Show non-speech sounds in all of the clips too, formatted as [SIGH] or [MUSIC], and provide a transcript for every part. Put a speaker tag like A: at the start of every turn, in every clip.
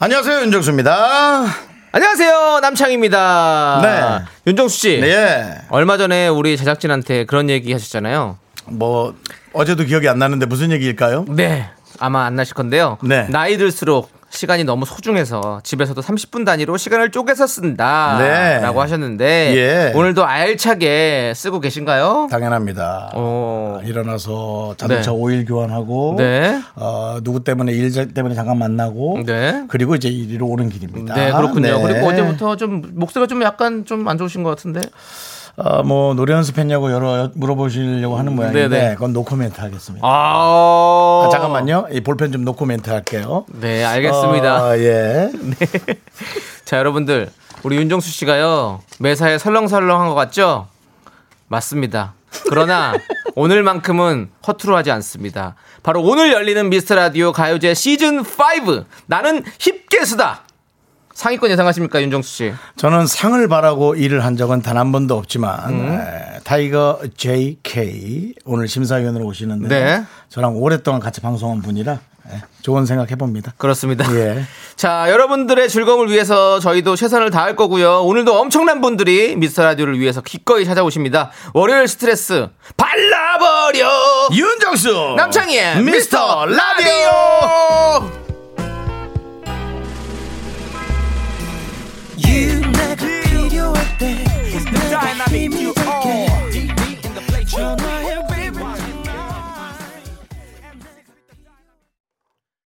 A: 안녕하세요 윤정수입니다.
B: 안녕하세요 남창입니다.
A: 네.
B: 윤정수 씨.
A: 네,
B: 얼마 전에 우리 제작진한테 그런 얘기 하셨잖아요.
A: 뭐 어제도 기억이 안 나는데 무슨 얘기일까요?
B: 네. 아마 안 나실 건데요.
A: 네.
B: 나이 들수록 시간이 너무 소중해서 집에서도 30분 단위로 시간을 쪼개서 쓴다.
A: 네.
B: 라고 하셨는데
A: 예.
B: 오늘도 알차게 쓰고 계신가요?
A: 당연합니다.
B: 어.
A: 일어나서 자동차
B: 네.
A: 오일 교환하고
B: 네.
A: 어, 누구 때문에 일 자- 때문에 잠깐 만나고
B: 네.
A: 그리고 이제 이리로 오는 길입니다.
B: 네, 그렇군요.
A: 네.
B: 그리고 어제부터 좀 목소리가 좀 약간 좀 안 좋으신 것 같은데.
A: 어, 뭐 노래 연습했냐고 여러 여- 물어보시려고 하는 모양인데
B: 네, 네.
A: 그건 노코멘트 하겠습니다.
B: 아.
A: 아, 잠깐만요. 이 볼펜 좀 노코멘트 할게요.
B: 네, 알겠습니다. 네. [LAUGHS]
A: 어, 예.
B: 자, 여러분들. 우리 윤정수 씨가요. 매사에 설렁설렁한 것 같죠? 맞습니다. 그러나 오늘만큼은 허투루 하지 않습니다. 바로 오늘 열리는 미스터 라디오 가요제 시즌 5. 나는 힙게 수다. 상위권 예상하십니까, 윤정수 씨?
A: 저는 상을 바라고 일을 한 적은 단 한 번도 없지만
B: 음.
A: 에, 타이거 JK 오늘 심사위원으로 오시는데
B: 네.
A: 저랑 오랫동안 같이 방송한 분이라 예, 좋은 생각 해봅니다.
B: 그렇습니다. [LAUGHS]
A: 예.
B: 자, 여러분들의 즐거움을 위해서 저희도 최선을 다할 거고요. 오늘도 엄청난 분들이 미스터 라디오를 위해서 기꺼이 찾아오십니다. 월요일 스트레스 발라버려.
A: 윤정수
B: 남창희의
A: 어.
B: 미스터
A: 미스터 라디오
C: You 내가 필요할 때 내가 힘이 될게 전화해 baby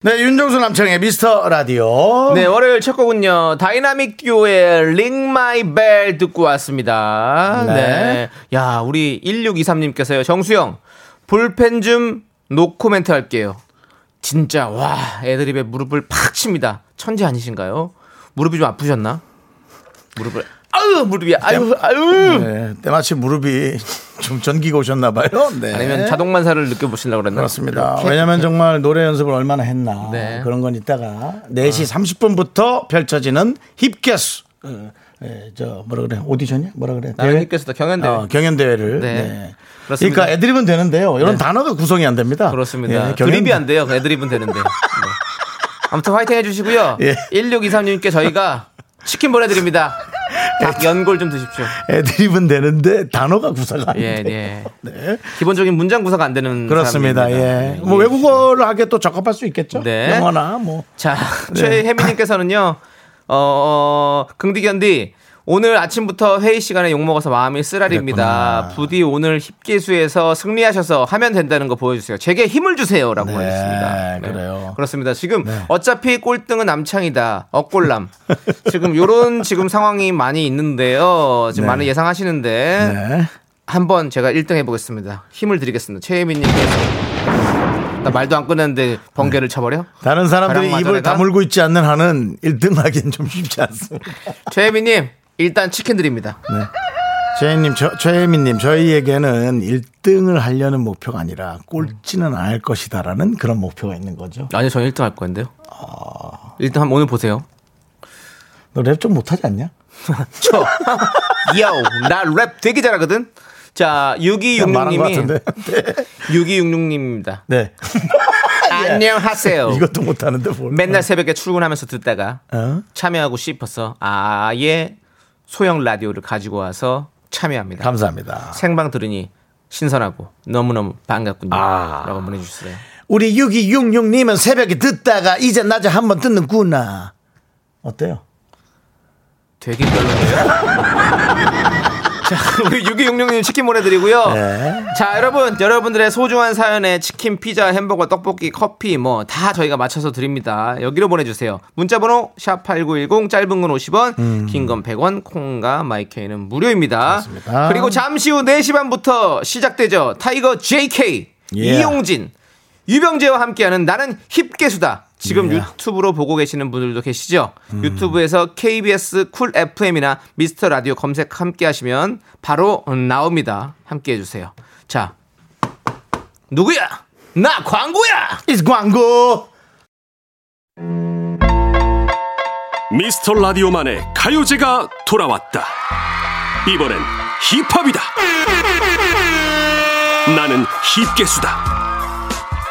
A: 네 윤정수 남창의 미스터 라디오
B: 네, 월요일 첫 곡은요. 다이나믹 듀오의 Ring My Bell 듣고 왔습니다.
A: 네.
B: 네. 야, 우리 1623님께서요. 정수영, 볼펜 좀 노코멘트 할게요. 진짜, 와, 애드립에 무릎을 팍 칩니다. 천재 아니신가요? 무릎이 좀 아프셨나? 무릎을, 아유, 무릎이, 아유, 아유.
A: 네, 때마침 무릎이 좀 전기가 오셨나 봐요. 네.
B: 아니면 자동만사를 느껴보시려고 그랬나?
A: 그렇습니다. 아, 왜냐하면 정말 노래 연습을 얼마나 했나
B: 네.
A: 그런 건 이따가 4시 30분부터 펼쳐지는 힙게스 어, 예, 저 뭐라 그래 오디션이야 뭐라 그래
B: 나는
A: 대회?
B: 힙게스다, 경연대회.
A: 어, 경연대회를
B: 네.
A: 네.
B: 그렇습니다. 네.
A: 그러니까 애드립은 되는데요 이런 단어가 구성이 안 됩니다
B: 그렇습니다.
A: 예, 경연-
B: 드립이 안 돼요. 애드립은 되는데. 네. 아무튼 화이팅 해주시고요.
A: 예.
B: 1623님께 저희가 치킨 보내드립니다. 닭
A: 예.
B: 연골 좀 드십시오.
A: 애드립은 되는데 단어가 구사가 안
B: 예,
A: 돼요
B: 예.
A: 네.
B: 기본적인 문장 구사가 안 되는
A: 그렇습니다
B: 사람입니다.
A: 예.
B: 네,
A: 뭐 외국어를 하기에 또 적합할 수 있겠죠
B: 네.
A: 영어나 뭐
B: 자, [LAUGHS] 최혜민님께서는요, 어, 어, 긍디견디, 오늘 아침부터 회의 시간에 욕먹어서 마음이 쓰라립니다.
A: 그랬구나.
B: 부디 오늘 힙기수에서 승리하셔서 하면 된다는 거 보여주세요. 제게 힘을 주세요. 라고
A: 네,
B: 하셨습니다.
A: 그래요. 네.
B: 그렇습니다. 지금 어차피 꼴등은 남창이다.
A: [LAUGHS]
B: 억골남. 지금 요런 지금 상황이 많이 있는데요. 지금
A: 네.
B: 많이 예상하시는데.
A: 네.
B: 한번 제가 1등 해보겠습니다. 힘을 드리겠습니다. 최혜민님께서. 나 말도 안 끝냈는데 번개를 쳐버려?
A: 네. 다른 사람들이
B: 바람마저
A: 입을
B: 내가?
A: 다물고 있지 않는 한은 1등 하기엔 좀 쉽지 않습니다.
B: [LAUGHS] 최혜미님 일단 치킨 드립니다.
A: 네. 최혜님, 저, 최혜민님, 저희에게는 1등을 하려는 목표가 아니라 꼴찌는 안 할 것이다라는 그런 목표가 있는 거죠.
B: 아니요 저는 1등 할 건데요. 일단 한번 오늘 보세요.
A: 너 랩 좀 못하지 않냐?
B: 저 요, 나 랩 되게 잘하거든. 자
A: 그냥 말한 것 같은데.
B: 6266님이 6266님입니다.
A: 네.
B: 안녕하세요.
A: [LAUGHS] 이것도 못하는데 뭘.
B: 맨날 새벽에 출근하면서 듣다가
A: 어?
B: 참여하고 싶어서 아예 소형 라디오를 가지고 와서 참여합니다.
A: 감사합니다.
B: 생방 들으니 신선하고 너무너무 반갑군요.
A: 아.
B: 라고 보내주셨어요.
A: 우리 6266님은 새벽에 듣다가 이제 낮에 한 번 듣는구나. 어때요?
B: 되게 별로네요.
A: [LAUGHS]
B: 자, [LAUGHS] 우리 6266님 치킨 보내드리고요.
A: 네.
B: 자, 여러분, 여러분들의 소중한 사연에 치킨, 피자, 햄버거, 떡볶이, 커피, 뭐, 다 저희가 맞춰서 드립니다. 여기로 보내주세요. 문자번호, 샵8910, 짧은 건 50원, 긴 건 100원, 콩과 마이케이는 무료입니다.
A: 음. 그렇습니다.
B: 그리고 잠시 후 4시 반부터 시작되죠. 타이거 JK,
A: 예.
B: 이용진, 유병재와 함께하는 나는 힙계수다. 지금
A: 네. 음.
B: 유튜브로 보고 계시는 분들도 계시죠? 유튜브에서 KBS 쿨 FM이나 미스터 라디오 검색 함께 하시면 바로 나옵니다. 함께 해주세요. 자, 누구야? 나 광고야!
A: 이 광고.
D: 미스터 라디오만의 가요제가 돌아왔다. 이번엔 힙합이다. 나는 힙계수다.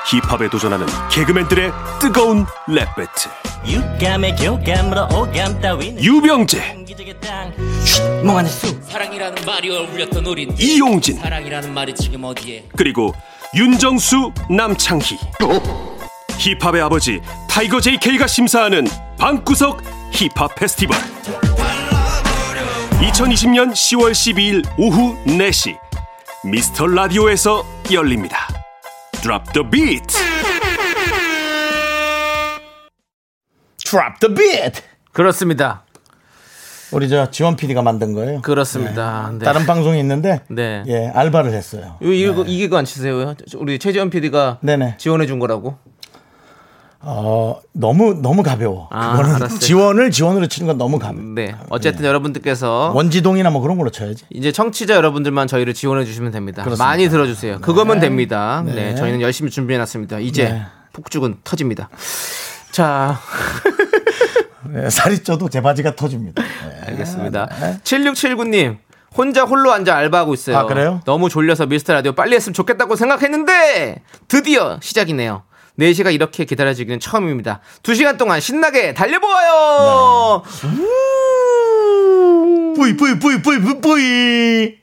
D: 힙합에 도전하는 개그맨들의 뜨거운 랩 배틀.
E: 육감의 교감으로 오감 따위는
D: 유병재,
E: 기적의 땅
F: 사랑이라는 말이 어울렸던 우린
D: 이용진,
F: 사랑이라는 말이 지금 어디에
D: 그리고 윤정수, 남창희. 힙합의 아버지 타이거 JK가 심사하는 방구석 힙합 페스티벌. 2020년 10월 12일 오후 4시 미스터 라디오에서 열립니다. Drop the beat.
A: Drop the beat.
B: 그렇습니다.
A: 우리 저 지원 PD가 만든 거예요.
B: 그렇습니다. 네.
A: 다른 방송이 있는데
B: 네.
A: 예 알바를 했어요.
B: 이거, 이거, 이거 안 치세요? 우리 최재현 PD가
A: 네. 네네.
B: 지원해 준 거라고?
A: 어 너무 너무 가벼워.
B: 아,
A: 그거는
B: 알았어요.
A: 지원을 지원으로 치는 건 너무 가벼워.
B: 네. 어쨌든 여러분들께서
A: 원지동이나 뭐 그런 걸로 쳐야지.
B: 이제 청취자 여러분들만 저희를 지원해 주시면 됩니다.
A: 그렇습니다.
B: 많이 들어주세요. 그거면 됩니다. 네.
A: 네.
B: 저희는 열심히 준비해 놨습니다. 이제
A: 네.
B: 폭죽은 터집니다. 자,
A: 예, 살이 쪄도 제 바지가 터집니다. 예.
B: 알겠습니다. 7679님. 혼자 홀로 앉아 알바하고 있어요.
A: 아, 그래요?
B: 너무 졸려서 미스터 라디오 빨리 했으면 좋겠다고 생각했는데 드디어 시작이네요. 4시가 이렇게 기다려지기는 처음입니다. 2시간 동안 신나게 달려보아요.
A: 네. 뿌이 뿌이 뿌이 뿌이 뿌이 뿌이.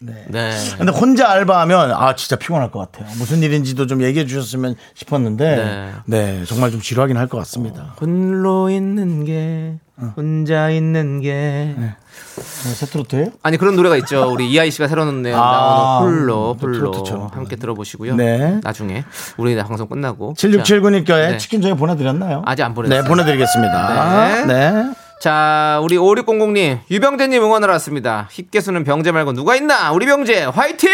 A: 네.
B: 네.
A: 근데 혼자 알바하면 아 진짜 피곤할 것 같아요. 무슨 일인지도 좀 얘기해 주셨으면 싶었는데
B: 네.
A: 네, 정말 좀 지루하긴 할 것 같습니다. 어.
B: 홀로 어, 있는 게 혼자 있는 게
A: 네. 새 트로트예요?
B: 아니 그런 노래가 있죠. 우리 이하이 씨가 새로 나온
A: 아,
B: 홀로
A: 또
B: 홀로
A: 트로트처럼. 음.
B: 함께 들어보시고요.
A: 네.
B: 나중에 우리 나 방송 끝나고
A: 7679님께
B: 네.
A: 치킨 저희 보내드렸나요?
B: 아직 안 보냈어요.
A: 네, 보내드리겠습니다.
B: 네.
A: 네.
B: 자, 자, 우리 5600님 유병재님 응원하러 왔습니다. 힙계수는 병재 말고 누가 있나? 우리 병재 화이팅!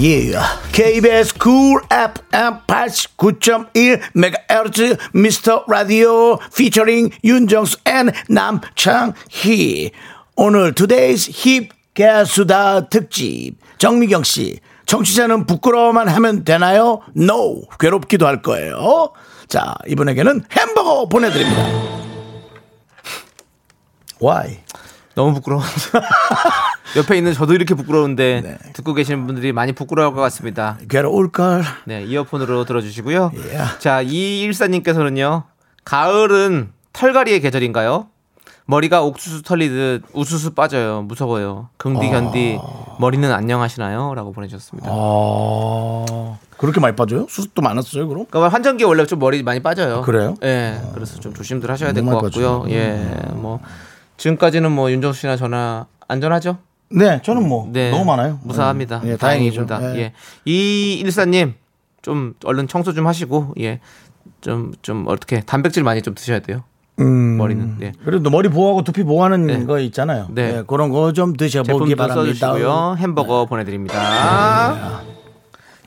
A: 예. KBS 쿨 FM 89.1 메가헤르츠 미스터 라디오 피처링 윤정수 앤 남창희. 오늘 투데이's 힙 개수다 특집 정미경 씨. 정치자는 부끄러워만 하면 되나요? No. 괴롭기도 할 거예요. 자, 이분에게는 햄버거 보내드립니다. Why?
B: 너무 부끄러워 옆에 있는 저도 이렇게 부끄러운데 듣고 계시는 분들이 많이 부끄러울 것 같습니다
A: 네. 괴로울 걸.
B: 네, 이어폰으로 들어주시고요.
A: 예.
B: 자, 이일사님께서는요, 가을은 털갈이의 계절인가요? 머리가 옥수수 털리듯 우수수 빠져요. 무서워요. 긍디 견디 머리는 안녕하시나요? 라고 보내주셨습니다.
A: 아, 그렇게 많이 빠져요? 수습도 많았어요, 그럼?
B: 그러니까 환절기 에 원래 좀 머리 많이 빠져요.
A: 아, 그래요?
B: 예. 그래서 좀 조심들 하셔야 될
A: 너무
B: 것
A: 많이
B: 같고요.
A: 빠져요.
B: 예.
A: 음.
B: 뭐 지금까지는 뭐 윤정수 씨나 저나 안전하죠?
A: 네, 저는 뭐
B: 네.
A: 너무 많아요.
B: 무사합니다.
A: 예, 다행이죠.
B: 다행입니다.
A: 예.
B: 예. 이 일사님 좀 얼른 청소 좀 하시고 예. 좀 좀 어떻게 단백질 많이 좀 드셔야 돼요. 예, 머리는. 네.
A: 음. 그래도 머리 보호하고 두피 보호하는 거 있잖아요.
B: 네.
A: 네, 그런 거 좀 드셔보기
B: 제품도 써
A: 바랍니다. 네.
B: 주시고요. 햄버거 보내 드립니다.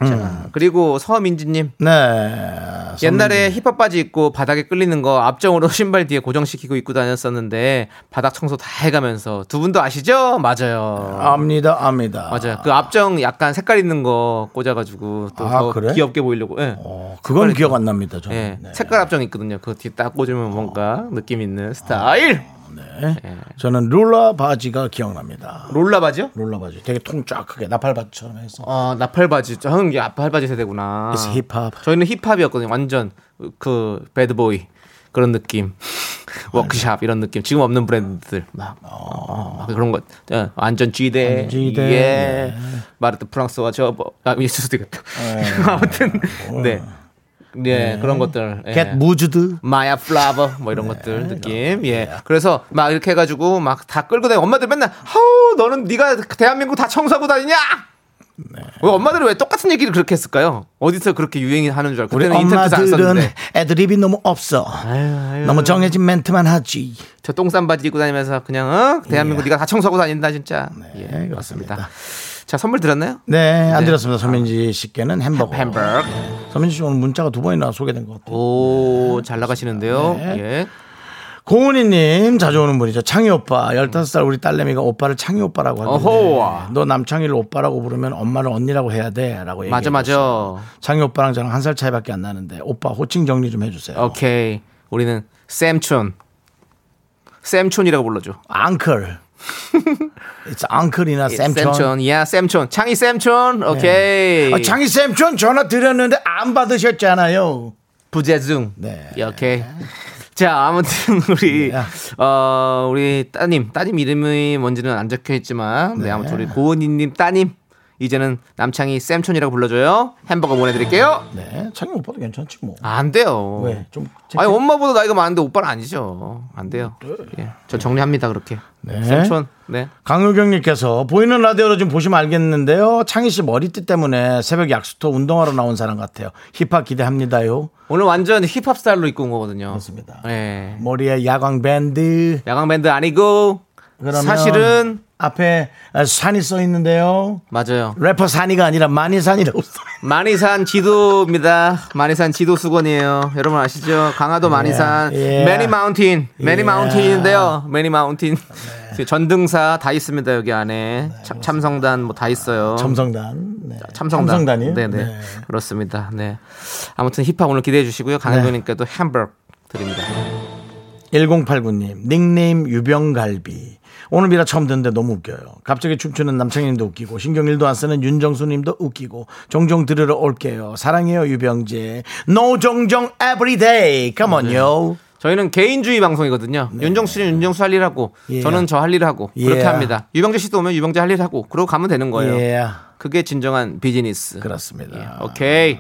A: 음.
B: 자, 그리고 서민지 님.
A: 네,
B: 옛날에 힙합 바지 입고 바닥에 끌리는 거 앞정으로 [LAUGHS] 신발 뒤에 고정시키고 입고 다녔었는데 바닥 청소 다 해가면서 두 분도 아시죠? 맞아요.
A: 압니다, 압니다.
B: 맞아요. 그 앞정 약간 색깔 있는 거 꽂아가지고 또
A: 아,
B: 더
A: 그래?
B: 귀엽게 보이려고. 예.
A: 어, 그건 기억 안 납니다. 저는.
B: 예.
A: 네.
B: 색깔 앞정 있거든요. 그거 뒤에 딱 꽂으면 뭔가 느낌 있는 스타일.
A: 네.
B: 예.
A: 저는 룰라 바지가 기억납니다.
B: 롤라 바지요?
A: 룰라 바지, 되게 통 쫙 크게 나팔 바지처럼 해서.
B: 아 나팔 바지. 저는 이게 나팔 바지 세대구나.
A: It's hip hop.
B: 저희는 힙합이었거든요. 완전 그 배드보이 그런
A: [LAUGHS]
B: 느낌. 워크샵 이런 느낌. 지금 없는 브랜드들 막, 어, 막 그런 것. 어, 안전 지대.
A: 안전지대. 네.
B: 예. 마르트 프랑스와 저 뭐, 아, 있을 수도 있겠다. [LAUGHS] 아무튼
A: 어,
B: 네. 네, 그런 것들. 예.
A: 겟 무즈드.
B: 마야 플라버 뭐
A: 네,
B: 이런 것들 느낌 예 그래서 막 이렇게 해가지고 막 다 끌고 다니고 엄마들 맨날 하우 너는 네가 대한민국 다 청소하고 다니냐
A: 네.
B: 왜 엄마들은 왜 똑같은 얘기를 그렇게 했을까요 어디서 그렇게 유행이 하는 줄 알고
A: 우리
B: 그때는 인터넷도 안
A: 엄마들은
B: 썼는데
A: 애드립이 너무 없어. 너무 정해진 멘트만 하지.
B: 저 똥싼 바지 입고 다니면서 그냥 어?
A: 예.
B: 대한민국 네가 다 청소하고 다닌다 진짜 예 그렇습니다 자 선물 드렸나요
A: 네, 안 들었습니다. 서민지 씨께는 햄버거.
B: 햄버거
A: 서민지 씨 오늘 문자가 두 번이나 소개된 것 같아요. 네.
B: 오잘 나가시는데요 예
A: 고은희님 자주 오는 분이죠. 창희 오빠. 15살 우리 딸내미가 오빠를 창희 오빠라고 하길래
B: 어허.
A: 너 남창희를 오빠라고 부르면 엄마를 언니라고 해야 돼. 라고 뭐 얘기해
B: 맞아 맞아
A: 창희 오빠랑 저랑 한 살 차이밖에 안 나는데 오빠 호칭 정리 좀 해주세요.
B: 오케이 우리는 쌤촌 쌤촌이라고 불러줘
A: 앙클. It's 앙클이나 쌤촌. 네.
B: 쌤촌. 예, 야, 쌤촌. 창희 쌤촌. 오케이.
A: 아, 창희 쌤촌 전화 드렸는데 안 받으셨잖아요.
B: 부재중.
A: 네.
B: 예, 오케이. 자, 아무튼 우리 어, 우리 따님, 따님 이름이 뭔지는 안 적혀 있지만 네, 아무튼 우리 고은이 님 따님 이제는 남창희 쌤촌이라고 불러줘요. 햄버거 보내드릴게요.
A: 네, 창희 오빠도 괜찮지 뭐.
B: 아, 안 돼요.
A: 왜? 좀
B: 아니 엄마보다 나이가 많은데 오빠는 아니죠. 안 돼요. 예, 저 정리합니다 그렇게.
A: 네.
B: 쌤촌. 네.
A: 강효경님께서 보이는 라디오로 지금 보시면 알겠는데요. 창희 씨 머리띠 때문에 새벽 약수터 운동하러 나온 사람 같아요. 힙합 기대합니다요.
B: 오늘 완전 힙합 스타일로 입고 온 거거든요.
A: 그렇습니다.
B: 예.
A: 머리에 야광 밴드.
B: 야광밴드 아니고
A: 그러면-
B: 사실은
A: 앞에 산이 써 있는데요.
B: 맞아요.
A: 래퍼 산이가 아니라 많이 산이라고 써.
B: 마니산 지도입니다. 마니산 지도 수건이에요. 여러분 아시죠? 강화도 마니산.
A: 예.
B: 매니 마운틴. 매니
A: 예. 네.
B: 마운틴인데요. 매니 마운틴. 전등사 다 있습니다. 여기 안에. 참- 참성단 뭐 다 있어요.
A: 점성단. 네.
B: 참성단.
A: 참성단이요?
B: 네네.
A: 네.
B: 그렇습니다. 네. 아무튼 힙합 오늘 기대해 주시고요. 강현도님께도
A: 네.
B: 햄버거 드립니다.
A: 1089님 닉네임 유병갈비 오늘 미라 처음 듣는데 너무 웃겨요 갑자기 춤추는 남창님도 웃기고 신경 일도 안 쓰는 윤정수님도 웃기고 종종 들으러 올게요 사랑해요 유병재 노종종 everyday come on yo
B: 네.
A: 네.
B: 저희는 개인주의 방송이거든요. 윤정수 씨는 윤정수 할 일하고
A: 예.
B: 저는 저 할 일하고 그렇게
A: 예.
B: 합니다. 유병재 씨도 오면 유병재 할 일하고 그러고 가면 되는 거예요.
A: 예
B: 그게 진정한 비즈니스. 예,
A: 그렇습니다
B: 오케이.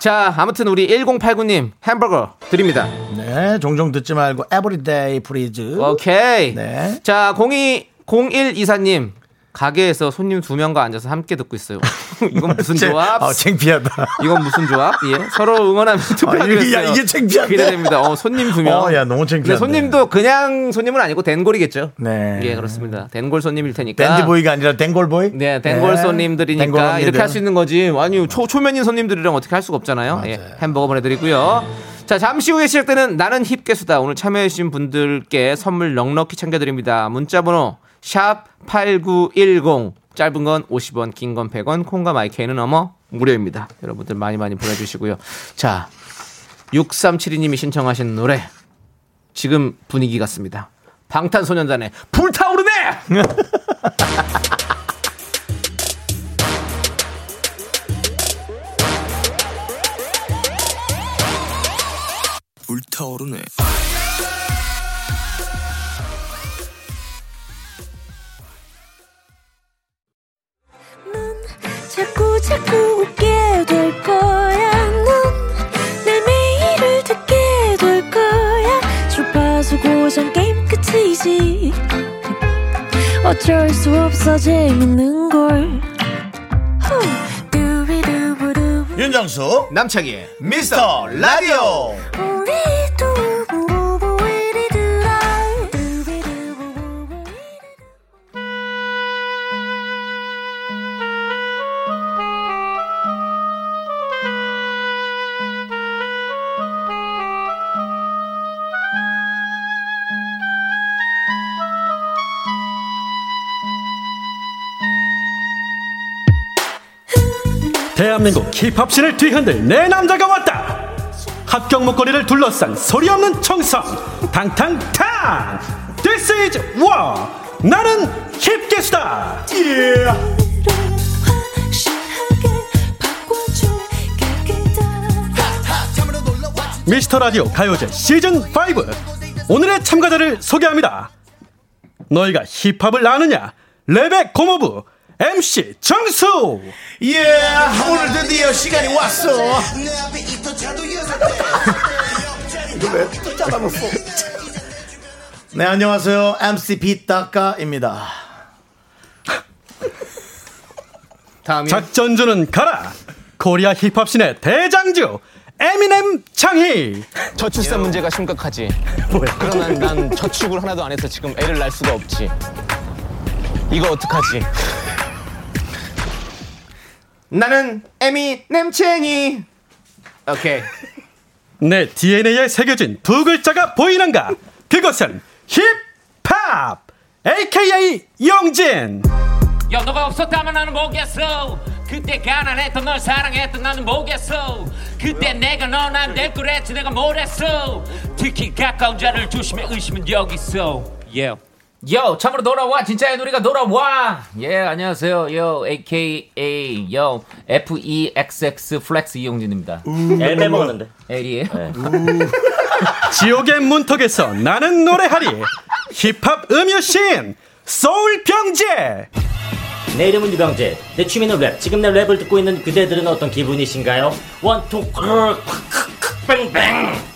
B: 자, 아무튼 우리 1089님 햄버거 드립니다.
A: 네 종종 듣지 말고 everyday please
B: 오케이.
A: 네.
B: 자, 02 01 이사님 가게에서 손님 두 명과 앉아서 함께 듣고
A: [LAUGHS]
B: 있어요. 이건 무슨
A: 제-
B: 조합?
A: 아, 창피하다 아,
B: 이건 무슨 조합? 예. 서로
A: [LAUGHS]
B: 응원하면서 투표하기로
A: 이게- 야,
B: 했어요.
A: 이게 창피한데?
B: 기대됩니다. 어, 손님 두 명.
A: 어, 야, 너무 창피한데.
B: 근데 손님도 그냥 손님은 아니고 덴골이겠죠?
A: 네.
B: 예, 그렇습니다. 덴골 손님일 테니까.
A: 댄지보이가 아니라 댕골보이 네,
B: 네, 덴골 손님들이니까
A: 댕골 언니들.
B: 이렇게 할 수 있는 거지. 아니, 초, 초면인 손님들이랑 어떻게 할 수가 없잖아요. 예, 햄버거 보내드리고요. 자, 잠시 후에 시작되는 나는 힙계수다. 오늘 참여해주신 분들께 선물 넉넉히 챙겨드립니다. 문자번호 샵8910. 짧은 건 50원, 긴 건 100원, 콩과 마이케이는 어머 무료입니다. 여러분들 많이 많이 보내주시고요. 자, 6372님이 신청하신 노래. 지금 분위기 같습니다. 방탄소년단의 불타오르네!
E: 불타오르네.
G: 자꾸 자꾸 웃게 될 거야. 넌내 매일을 듣게 될 거야. 주파수 고정 게임 끝이지. 어쩔 수 없어 재밌는 걸. 후. 두비두부두.
A: 윤정수
B: 남창희의
A: 미스터 라디오
G: 우리 두부부부 우리 두라. 두비두부부부 우리 두라.
D: 대한민국 힙합신을 뒤흔들 내 남자가 왔다 합격 목걸이를 둘러싼 소리 없는 청성 탕탕탕 This is war 나는 힙계수다
G: 확실하게 바꿔줘 깨끗한
D: 미스터 라디오 가요제 시즌 5 오늘의 참가자를 소개합니다 너희가 힙합을 아느냐 랩의 고모부 MC 정수
A: 예 오늘 드디어 시간이 왔어 네 안녕하세요 MC 비따까입니다
B: 다음이
D: 작전주는 가라 코리아 힙합신의 대장주 에미넴 창희
B: 저출산 문제가 심각하지. 그러나 난 저축을 하나도 안 해서 지금 애를 낳을 수가 없지. 이거 어떡하지? 나는 에미 냄챙이. 오케이.
D: 내 DNA에 새겨진 두 글자가 보이는가? 그것은 힙합! AKA 영진!
F: 야 너가 없었다면 나는 뭐겠어 그때 가난했던 널 사랑했던 나는 뭐겠어 그때 내가 넌 안 될 거랬지 내가 뭘 했어 특히 가까운 자를 조심해 의심은 여기 있어 예.
H: 예.
F: yeah.
B: 요, 참으로 돌아와. 진짜의 놀이가 돌아와. 예, 안녕하세요. 요, AKA 요,
H: E
B: FEXX 플렉스 이용진입니다.
E: 애 빼먹었는데. 네.
B: L이에요.
D: 지옥의 문턱에서 나는 노래하리! 힙합 음유신! 소울병제!
E: 내 이름은 유병재. 내 취미는 랩. 지금 내 랩을 듣고 있는 그대들은 어떤 기분이신가요? 원, 투, 크르, 크크, 뱅뱅.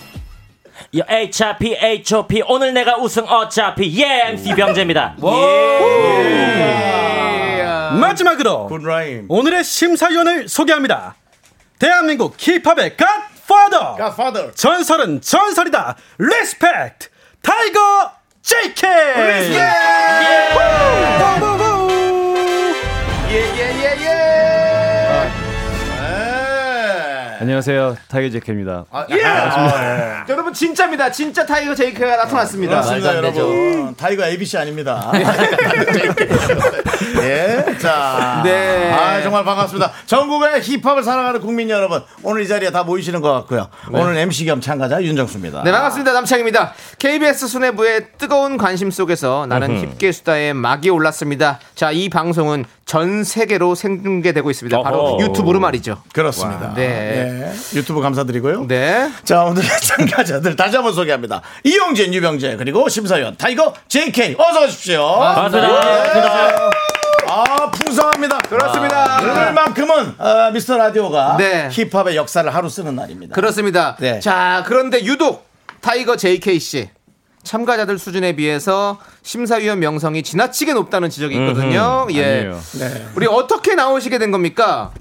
E: 이 HRP, HOP. 오늘 내가 우승 어차피. 예, MC 병재입니다.
B: [LAUGHS]
D: 마지막으로
A: 굿라임
D: 오늘의 심사위원을 소개합니다. 대한민국 힙합의 갓파더!
A: Godfather
D: 전설은 전설이다! 리스펙트! 타이거 JK!
A: 예!
D: 후!
A: 예예예 예. 네.
I: 안녕하세요. 타이거 제케입니다.
A: 아, 예. 아, 예.
B: 여러분 진짜입니다. 진짜 타이거 제이크가 나타났습니다.
A: 아, 맞습니다, 네, 여러분. 어, 다이거
B: [LAUGHS]
A: ABC 아닙니다.
B: 네.
A: 예, 자,
B: 네.
A: 아 정말 반갑습니다. 전국의 힙합을 사랑하는 국민 여러분, 오늘 이 자리에 다 모이시는 것 같고요. 오늘 MC 겸 참가자 윤정수입니다.
B: 네 반갑습니다 남창입니다 KBS 수뇌부의 뜨거운 관심 속에서 나는 힙계 수다의 막이 올랐습니다 자 이 방송은 전 세계로 생중계되고 있습니다 바로
E: 어허.
B: 유튜브로 말이죠
A: 그렇습니다.
B: 네.
A: 예, 유튜브 감사드리고요.
B: 네
A: 자, 오늘의 [LAUGHS] 참가자들 다시 한번 소개합니다. 이용진, 유병재, 그리고 심사위원 타이거 JK 어서 오십시오. 네.
E: 반갑습니다.
A: 아, 풍성합니다. 아,
B: 그렇습니다.
A: 오늘만큼은 어, 미스터 라디오가
B: 네.
A: 힙합의 역사를 하루 쓰는 날입니다.
B: 그렇습니다
A: 네.
B: 자 그런데 유독 타이거 JK씨 참가자들 수준에 비해서 심사위원 명성이 지나치게 높다는 지적이 있거든요 예
I: 아니에요.
A: 네.
B: 우리 어떻게 나오시게 된 겁니까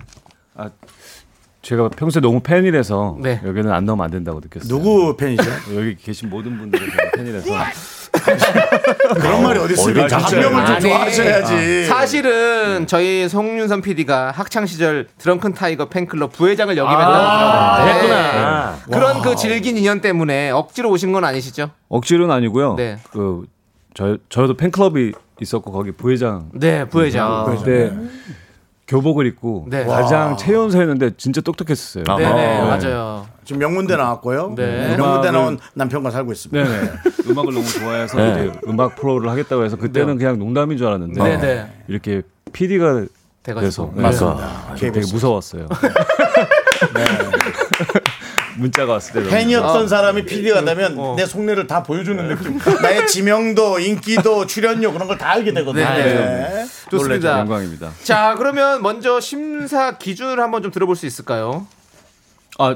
I: 제가 평소에 너무 팬이라서
B: 네.
I: 여기는 안 넣으면 안 된다고 느꼈어요.
A: 누구 팬이죠?
I: 여기 계신 모든 분들이 제가 팬이라서
A: [LAUGHS] 그런 말이
I: 네,
A: 어디 있습니까?
I: 진짜.
A: 한 명을 좀
I: 네.
B: 아니. 어.
A: 좋아하셔야지.
B: 사실은 저희 송윤선 PD가 학창 시절 드렁큰 타이거 팬클럽 부회장을 역임했다고 들었는데
E: 했구나.
B: 그런 그 질긴 인연 때문에 억지로 오신 건 아니시죠?
I: 억지로는 아니고요.
B: 네.
I: 그저 저도 팬클럽이 있었고 거기 부회장
B: 네, 부회장.
I: 그때 교복을 입고
B: 네.
I: 가장 최연소였는데 진짜 똑똑했었어요.
B: 네, 네,
I: 네.
B: 맞아요.
A: 지금 명문대 나왔고요.
B: 네.
A: 명문대 나온 남편과 살고 있습니다.
I: 네네. [LAUGHS] 음악을 너무 좋아해서 이제 음악 프로를 하겠다고 해서 그때는 그냥 농담인 줄 알았는데
B: 네. 네네.
I: 이렇게 PD가
B: 돼가지고.
I: 돼서
B: 네.
I: 맞습니다. 되게
A: KBS.
B: [LAUGHS]
I: 무서웠어요.
B: 네.
I: [LAUGHS] 문자가 왔을 때 너무
A: 팬이었던
I: 아,
A: 사람이
I: 네.
A: PD가 되면
I: 어.
A: 내 속내를 다 보여주는 느낌. 나의 지명도, 인기도, 출연료 그런 걸 다 알게 되거든요.
B: 네, 네.
I: 놀라죠.
B: 좋습니다.
I: 영광입니다.
B: 자, 그러면 먼저 심사 기준을 한번 좀 들어볼 수 있을까요?
I: 아,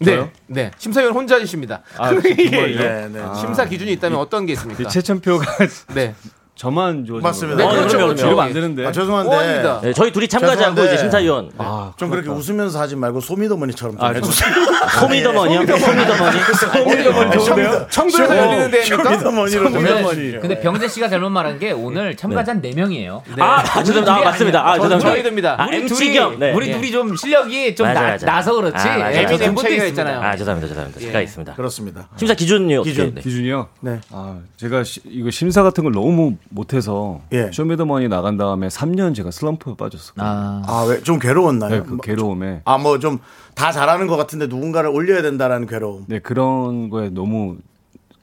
B: 네.
I: 저요?
B: 네. 심사위원 혼자이십니다.
I: 아,
B: 예.
A: 네, 네.
B: 심사 기준이 있다면 어떤 게
I: 이그
B: 있습니까?
I: 최천표가
B: [LAUGHS] 네.
I: 저만 좋아.
A: 맞습니다.
B: 네,
E: 어,
B: 그렇죠.
E: 그럼요,
B: 그렇죠. 뭐
E: 그럼요.
I: 이러면 안 되는데.
A: 아, 죄송한데
B: 오합니다.
E: 네, 저희 둘이 참가자하고
A: 죄송한데.
E: 이제 심사위원. 네.
B: 아,
A: 좀 그렇게 웃으면서 하지 말고 소미더머니처럼 좀
I: 아,
A: 해주세요. 네.
E: 소미더머니요?
A: 아,
E: 소미더머니.
A: 소미더머니
B: 아,
A: 네.
B: 청도에서 열리는 데입니까?
A: 소미더머니로 네. 좀 해주세요.
H: 근데 병재 씨가 잘못 말한 게 오늘 참가자는 네. 명이에요.
E: 아, 아, 죄송합니다. 아, 맞습니다. 아,
B: 저는
E: 죄송합니다.
B: 저희들입니다.
E: 아, MC 겸. 네.
H: 우리
E: 예.
H: 둘이 좀 실력이 좀
E: 맞아,
H: 나,
E: 맞아.
H: 나서 그렇지.
E: 아, 맞아, 맞아.
H: 예민한 분도
B: 차이가 예,
H: 있습니다.
B: 있잖아요.
E: 아, 죄송합니다. 죄송합니다. 제가 있습니다.
A: 그렇습니다.
E: 심사 기준이요. 기준. 네.
I: 기준이요?
A: 네.
I: 아, 제가 시- 이거 심사 같은 걸 너무 못해서
A: 예.
I: 쇼미더머니 나간 다음에 3년 제가 슬럼프에 빠졌었거든요.
A: 아, 왜 좀 괴로웠나요?
I: 네, 그 괴로움에.
A: 아, 뭐 좀 다 잘하는 것 같은데 누군가를 올려야 된다라는 괴로움.
I: 네, 그런 거에 너무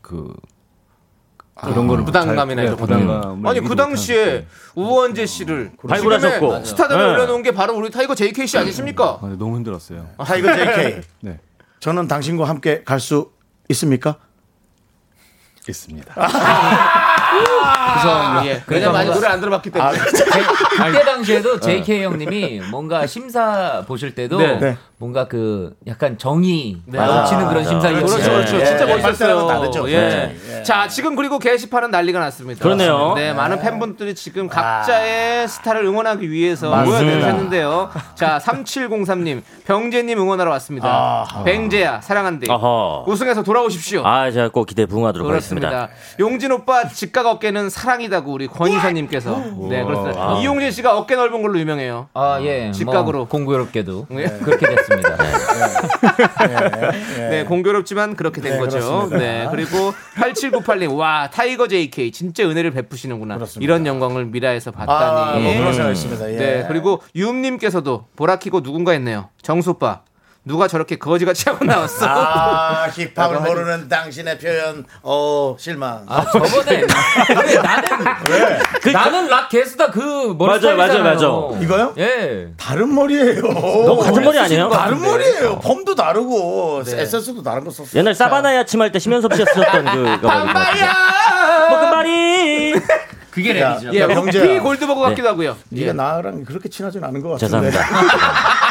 I: 그 그런 거를
B: 아, 부담감이나
I: 잘-
B: 이런
I: 네, 음,
B: 것들.
I: 부담감을
B: 아니
I: 이기지
B: 그 당시에
I: 못하니까.
B: 우원재 씨를
E: 발굴하셨고.
B: 지금의 스타들을
I: 네.
E: 맞아요.
B: 올려놓은 게 바로 우리 타이거 JK 씨 아니십니까?
I: 아, 네, 너무 힘들었어요.
A: 타이거
B: [LAUGHS]
A: JK.
I: 네.
A: 저는 당신과 함께 갈 수 있습니까?
I: 있습니다.
E: 아,
B: 그래서 예. 왜냐면 아직 노래 안 들어봤기 때문에 아, 네.
H: 그때 당시에도 JK 형님이 뭔가 심사 보실 때도
B: 네. 아,
A: 네.
H: 뭔가 그 약간 정이 넘치는 그런 심사위원이었어요.
B: 그렇죠, 그렇죠.
A: 예,
B: 진짜
A: 예.
B: 멋있었어요.
A: 발사랑은 다르죠,
B: 예.
A: 솔직히. 예.
B: 자, 지금 그리고 게시판은 난리가 났습니다.
E: 그러네요.
B: 네, 아. 많은 팬분들이 지금 각자의 스타를 응원하기 위해서 모여드셨는데요. 자, 3703님, 병재님 응원하러 왔습니다. 뱅재야, 사랑한대.
E: 어허.
B: 우승해서 돌아오십시오.
E: 아, 제가 꼭 기대 부응하도록
B: 그렇습니다.
E: 하겠습니다.
B: 용진 오빠 직각 어깨는 사랑이다고 우리 권이사님께서. 네, 그렇습니다. 이용진 씨가 어깨 넓은 걸로 유명해요.
H: 아, 예. 뭐
B: 직각으로.
H: 공교롭게도
B: 네.
H: [LAUGHS] 그렇게 됐습니다.
B: 네, 공교롭지만 그렇게 된
A: 네,
B: 거죠.
A: 그렇습니다.
B: 네, 그리고 8798님, 와, 타이거 JK, 진짜 은혜를 베푸시는구나.
A: 그렇습니다.
B: 이런 영광을 미라에서
A: 아,
B: 봤다니.
A: 뭐 그런 생각 있습니다. 예.
B: 네, 그리고 유음님께서도 보라키고 누군가 했네요. 정수빠, 누가 저렇게 거지같이 하고 나왔어?
A: 아, 힙합을 모르는 당신의 표현. 어, 실망.
H: 아,
E: [LAUGHS]
H: 저번에 근데 나는 나는 락 개수다 그 머리
E: 그 맞아요, 맞아요,
H: 스타일이잖아요.
A: 이거요?
H: 예.
A: 다른 머리예요.
E: 너무 같은 머리 아니에요? 네.
A: 다른 머리예요. 펌도 다르고 에센스도 다른 거 썼어요.
E: 옛날 사바나 야침 할때 예, 심연섭 씨가
B: [LAUGHS]
A: [LAUGHS]
E: 쓰셨던 그거 말인 것 같아요.
B: 반바야!
E: 끝발이.
H: 그게
A: 야,
H: 랩이죠.
B: 예,
A: 야, 병재야. 예.
B: 비 골드버거 같기도 하고요.
E: 예.
B: 예.
A: 네가 나랑 그렇게 친하진 않은 것 같은데. [LAUGHS] 네.
E: 죄송합니다.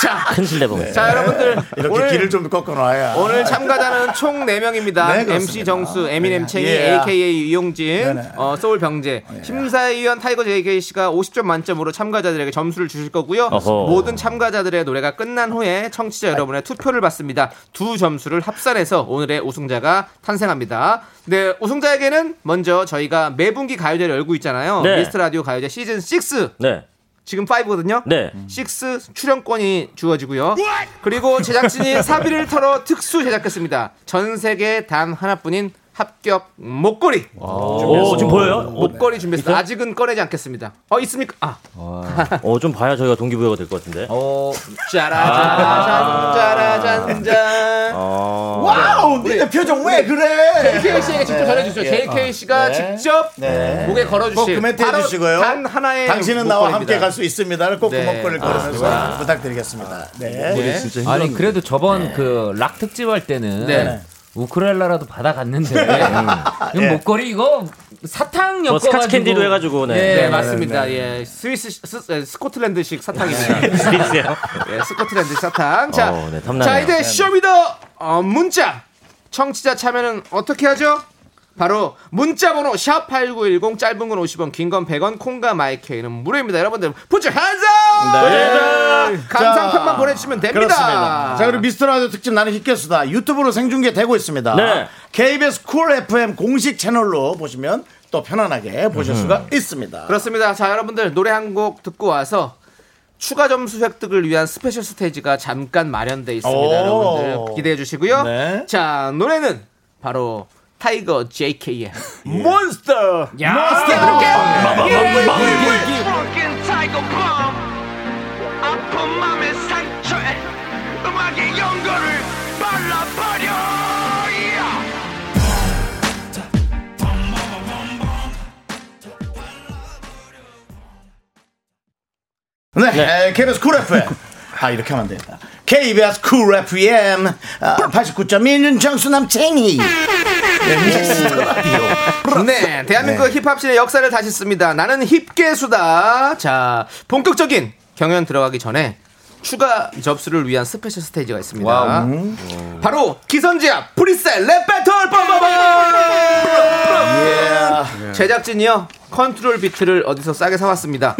B: 자,
E: 큰 실례 봅니다.
B: 자, 여러분들
A: 이렇게
B: 오늘
A: 길을 좀 꺾어놔야.
B: [LAUGHS] 오늘 참가자는 총 4명입니다.
A: 아. 네, 그렇습니다.
B: MC 정수, 에미넴 챙이,
A: 예.
B: AKA 유용진,
A: 네네. 예.
B: 어, 소울 병재, 심사위원 타이거 JK 씨가 50점 만점으로 참가자들에게 점수를 주실 거고요.
E: 어허.
B: 모든 참가자들의 노래가 끝난 후에 청취자 여러분의 투표를 받습니다. 두 점수를 합산해서 오늘의 우승자가 탄생합니다. 네, 우승자에게는 먼저 저희가 매분기 가요제를 열고 있잖아요.
E: 네.
B: 미스트 라디오 가요제 시즌 6
E: 네.
B: 지금 5거든요.
E: 네.
B: 6 출연권이 주어지고요. 그리고 제작진이 [LAUGHS] 사비를 털어 특수 제작했습니다. 전 세계 단 하나뿐인 합격 목걸이.
E: 오, 지금 보여요?
B: 목걸이 준비했습니다. 아직은 꺼내지 않겠습니다. 어 있습니까? 아,
E: 어, 좀 봐야 저희가 동기부여가 될 것 같은데.
B: 어, 짜라잔, 짜라잔, 짠.
E: 어,
A: 와우, 니네 표정 왜 그래?
B: JK 씨에게 직접 전해주세요. JK 씨가
A: 네.
B: 직접 목에 걸어주실
A: 꼭그 멘트
B: 바로
A: 해주시고요.
B: 단 하나의
A: 당신은 나와
B: 목걸이입니다.
A: 함께 갈 수 있습니다를 꼭
B: 네.
A: 구멍골을 걸으면서
B: 아,
A: 부탁드리겠습니다. 네.
B: 네.
H: 아니 그래도 저번
E: 네.
H: 그 락 특집 할 때는
B: 네.
H: 우크라이나라도 받아갔는데
E: 네.
H: 음. 이거 목걸이 이거 사탕 엮어
E: 뭐 스카치 캔디로 해가지고, 네.
H: 네,
B: 네,
H: 네,
B: 맞습니다. 예, 스위스 스, 에, 스코틀랜드식 사탕입니다.
E: 네. [LAUGHS] 스피스요?
B: 예, 스코틀랜드 사탕. 자,
E: 어, 네, 탐나네요.
B: 자 이제 쇼미더 어, 문자 청취자 참여는 어떻게 하죠? 바로 문자번호 샵 #8910 짧은 건 50원, 긴 건 100원, 콩과 마이크는 무료입니다. 여러분들 부츠 한상! 감상평만 보내주시면 됩니다.
A: 그렇습니다. 자 그리고 미스터 라디오 특집 나는 히켓스다 유튜브로 생중계 되고 있습니다.
E: 네.
A: KBS 쿨 FM 공식 채널로 보시면 또 편안하게 보실 수가 있습니다.
B: 그렇습니다. 자, 여러분들 노래 한 곡 듣고 와서 추가 점수 획득을 위한 스페셜 스테이지가 잠깐 마련돼
A: 오.
B: 있습니다. 여러분들 기대해 주시고요.
A: 네.
B: 자, 노래는 바로 타이거 JK의
A: 몬스터. 예, 네, 에, KBS 쿨 FM. 아 이렇게 하면 안 되겠다. KBS 쿨 FM 아, 89.1 윤정수 남창희. 음. 어.
B: 네, 대한민국 힙합씬의 역사를 다시 씁니다. 나는 힙계수다. 자, 본격적인 경연 들어가기 전에 추가 접수를 위한 스페셜 스테이지가 있습니다. 바로 기선제압 프리셀 랩 배틀 뻔뻔뻔 제작진이요 컨트롤 비트를 어디서 싸게 사왔습니다.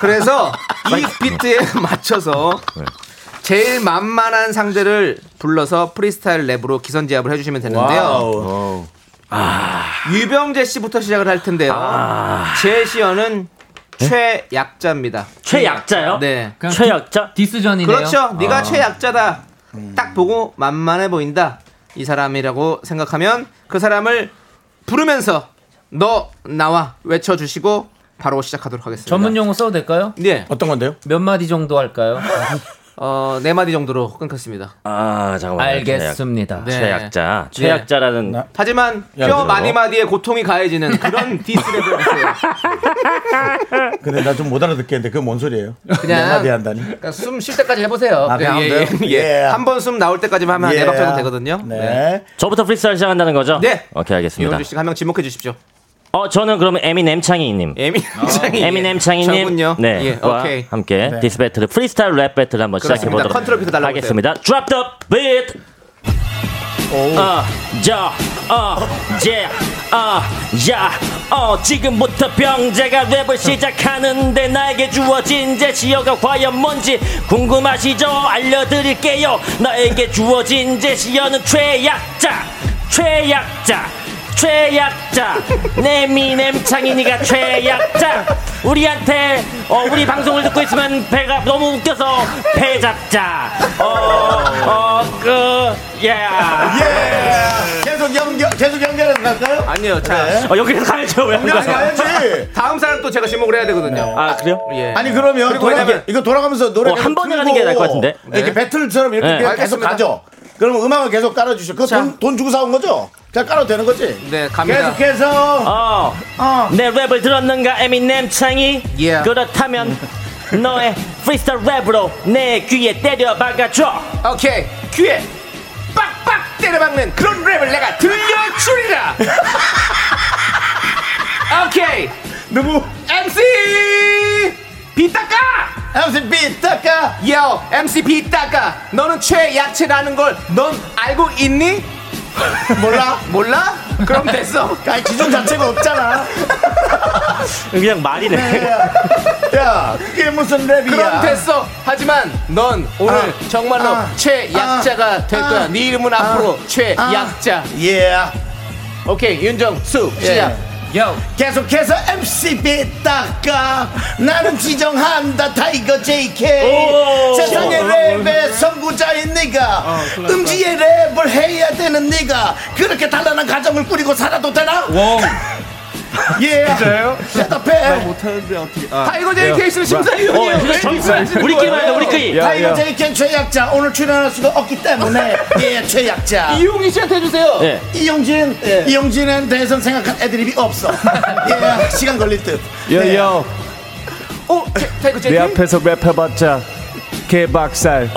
B: 그래서 이 비트에 맞춰서 제일 만만한 상대를 불러서 프리스타일 랩으로 기선제압을 해주시면 되는데요. 유병재 씨부터 시작을 할 텐데요. 제 시연은 최약자입니다.
E: 최약자요?
B: 네.
H: 그냥
E: 최약자? 아.
H: 디스전이네요.
B: 그렇죠.
H: 아.
B: 네가 최약자다. 딱 보고 만만해 보인다. 이 사람이라고 생각하면 그 사람을 부르면서 너 나와 외쳐 주시고 바로 시작하도록 하겠습니다.
H: 전문 용어 써도 될까요?
B: 네.
A: 어떤 건데요?
H: 몇 마디 정도 할까요?
B: [LAUGHS] 어, 네 마디 정도로 끊겼습니다.
E: 아, 잠깐만.
H: 알겠습니다.
B: 네.
E: 최약자. 최약자라는
B: 하지만 뼈
A: 그래요?
B: 마디마디에 고통이 가해지는 그런 디스랩을 했어요.
A: 근데 나 좀 못 알아듣겠는데 그게 뭔 소리예요?
B: 그냥-
A: 한마디 한다니.
B: 그러니까 숨 쉴 때까지 해보세요.
A: 아, 그냥 하면 돼요? 예.
B: 한 번 숨 나올 때까지만 하면
A: 예.
B: 네 박 정도 되거든요.
A: 네.
E: 저부터 프리스타일 시작한다는 거죠?
B: 네.
E: 오케이, 알겠습니다.
B: 이용주 씨가 한 명 지목해 주십시오.
E: 어, 저는 그러면 에미넴 창의님. 어.
B: 에미 창이.
E: 에미넴 창의님.
B: 저군요.
E: 네.
B: 예,
E: 와
B: 오케이.
E: 함께 디스 배틀을 프리스타일 랩 배틀 한번 시작해
B: 그렇습니다.
E: 보도록
B: 컨트롤 비트 달라고
E: 하겠습니다. Drop the beat. 어, 자, 어, 제, 어, 야, 어, 지금부터 병자가 랩을 시작하는데 나에게 주어진 제시어가 과연 뭔지 궁금하시죠? 알려드릴게요. 나에게 주어진 제시어는 최약자, 최약자, 최약자. 내미냄 창인이가 최약자. 우리한테, 어, 우리 방송을 듣고 있으면 배가 너무 웃겨서 배잡자. 어, 어, 그, 예.
A: 예. 계속 연결 계속 연결해서 갈까요?
B: 아니요. 자,
A: 네.
E: 어, 여기서 가야죠. 왜 안
A: 연결해서
E: 가요?
A: 가야지.
B: [LAUGHS]
A: 네.
B: 다음 사람 또 제가 지목을 해야 되거든요.
E: 아, 그래요?
B: 예.
A: 아니 그러면
B: 그리고
A: 돌아가,
B: 왜냐면-
A: 이거 돌아가면서 노래
E: 어, 한 번에 가는 게 나을 것 같은데?
B: 네.
A: 이렇게 배틀처럼 이렇게
E: 네.
A: 계속
B: 알겠습니다.
A: 가죠. 그럼 음악을 계속 깔아 주셔. 그거
B: 자.
A: 돈, 돈 주고 사온 거죠? 자 깔아도 되는 거지?
B: 네, 갑니다.
A: 계속해서
E: 어. 내 랩을 들었는가, 에미넴 창이?
B: 예.
E: 그렇다면, 너의 프리스타일 랩으로 내 귀에 때려 박아줘.
B: 오케이. 귀에 빡빡 때려박는 그런 랩을 내가
A: [LAUGHS]
B: 들려주리라. 오케이.
A: 누구?
B: MC 비딱가.
A: MC B 닦아.
B: 요 MC 비딱가 너는 최약체라는 걸 넌 알고 있니?
A: [LAUGHS] 몰라.
B: 몰라? 그럼 됐어.
A: 아니 기준 자체가 없잖아.
E: 그냥 말이네.
A: 야, 그게 무슨 랩이야?
B: 그럼 됐어. 하지만 넌 오늘
A: 아,
B: 정말로
A: 아,
B: 최약자가
A: 아,
B: 될 거야.
A: 아,
B: 네 이름은 앞으로 최약자.
A: 예.
B: 오케이 윤정수 시작.
A: 예. 계속해서 MC 비딱가 나는 지정한다 타이거 JK
C: 오. 아,
A: 세상의
C: 오.
A: 랩의 선구자인 네가
C: 큰일 났다.
A: 음지의 랩을 해야 되는 네가 그렇게 단란한 가정을 꾸리고 살아도 되나? [LAUGHS] 예.
C: 진짜요?
A: 대답해.
I: 아, 못하는데 어떻게? 아. 네.
A: 타이거 JK 는
C: 어,
I: 어,
A: 심사위원이에요. 왜 심사하시는 거예요? 타이거 JK 최약자 오늘 출연할 수가 없기
C: [LAUGHS]
A: 때문에 예 최약자. 이용진 씨한테 해주세요.
E: 예.
A: 이용진 이용진은 대선 생각한 애드립이
C: [LAUGHS]
A: 없어. 예 시간 걸릴 듯.
I: 여,
B: 네.
I: 여,
A: 오 타이거
I: 내 앞에서 랩해봤자 개박살.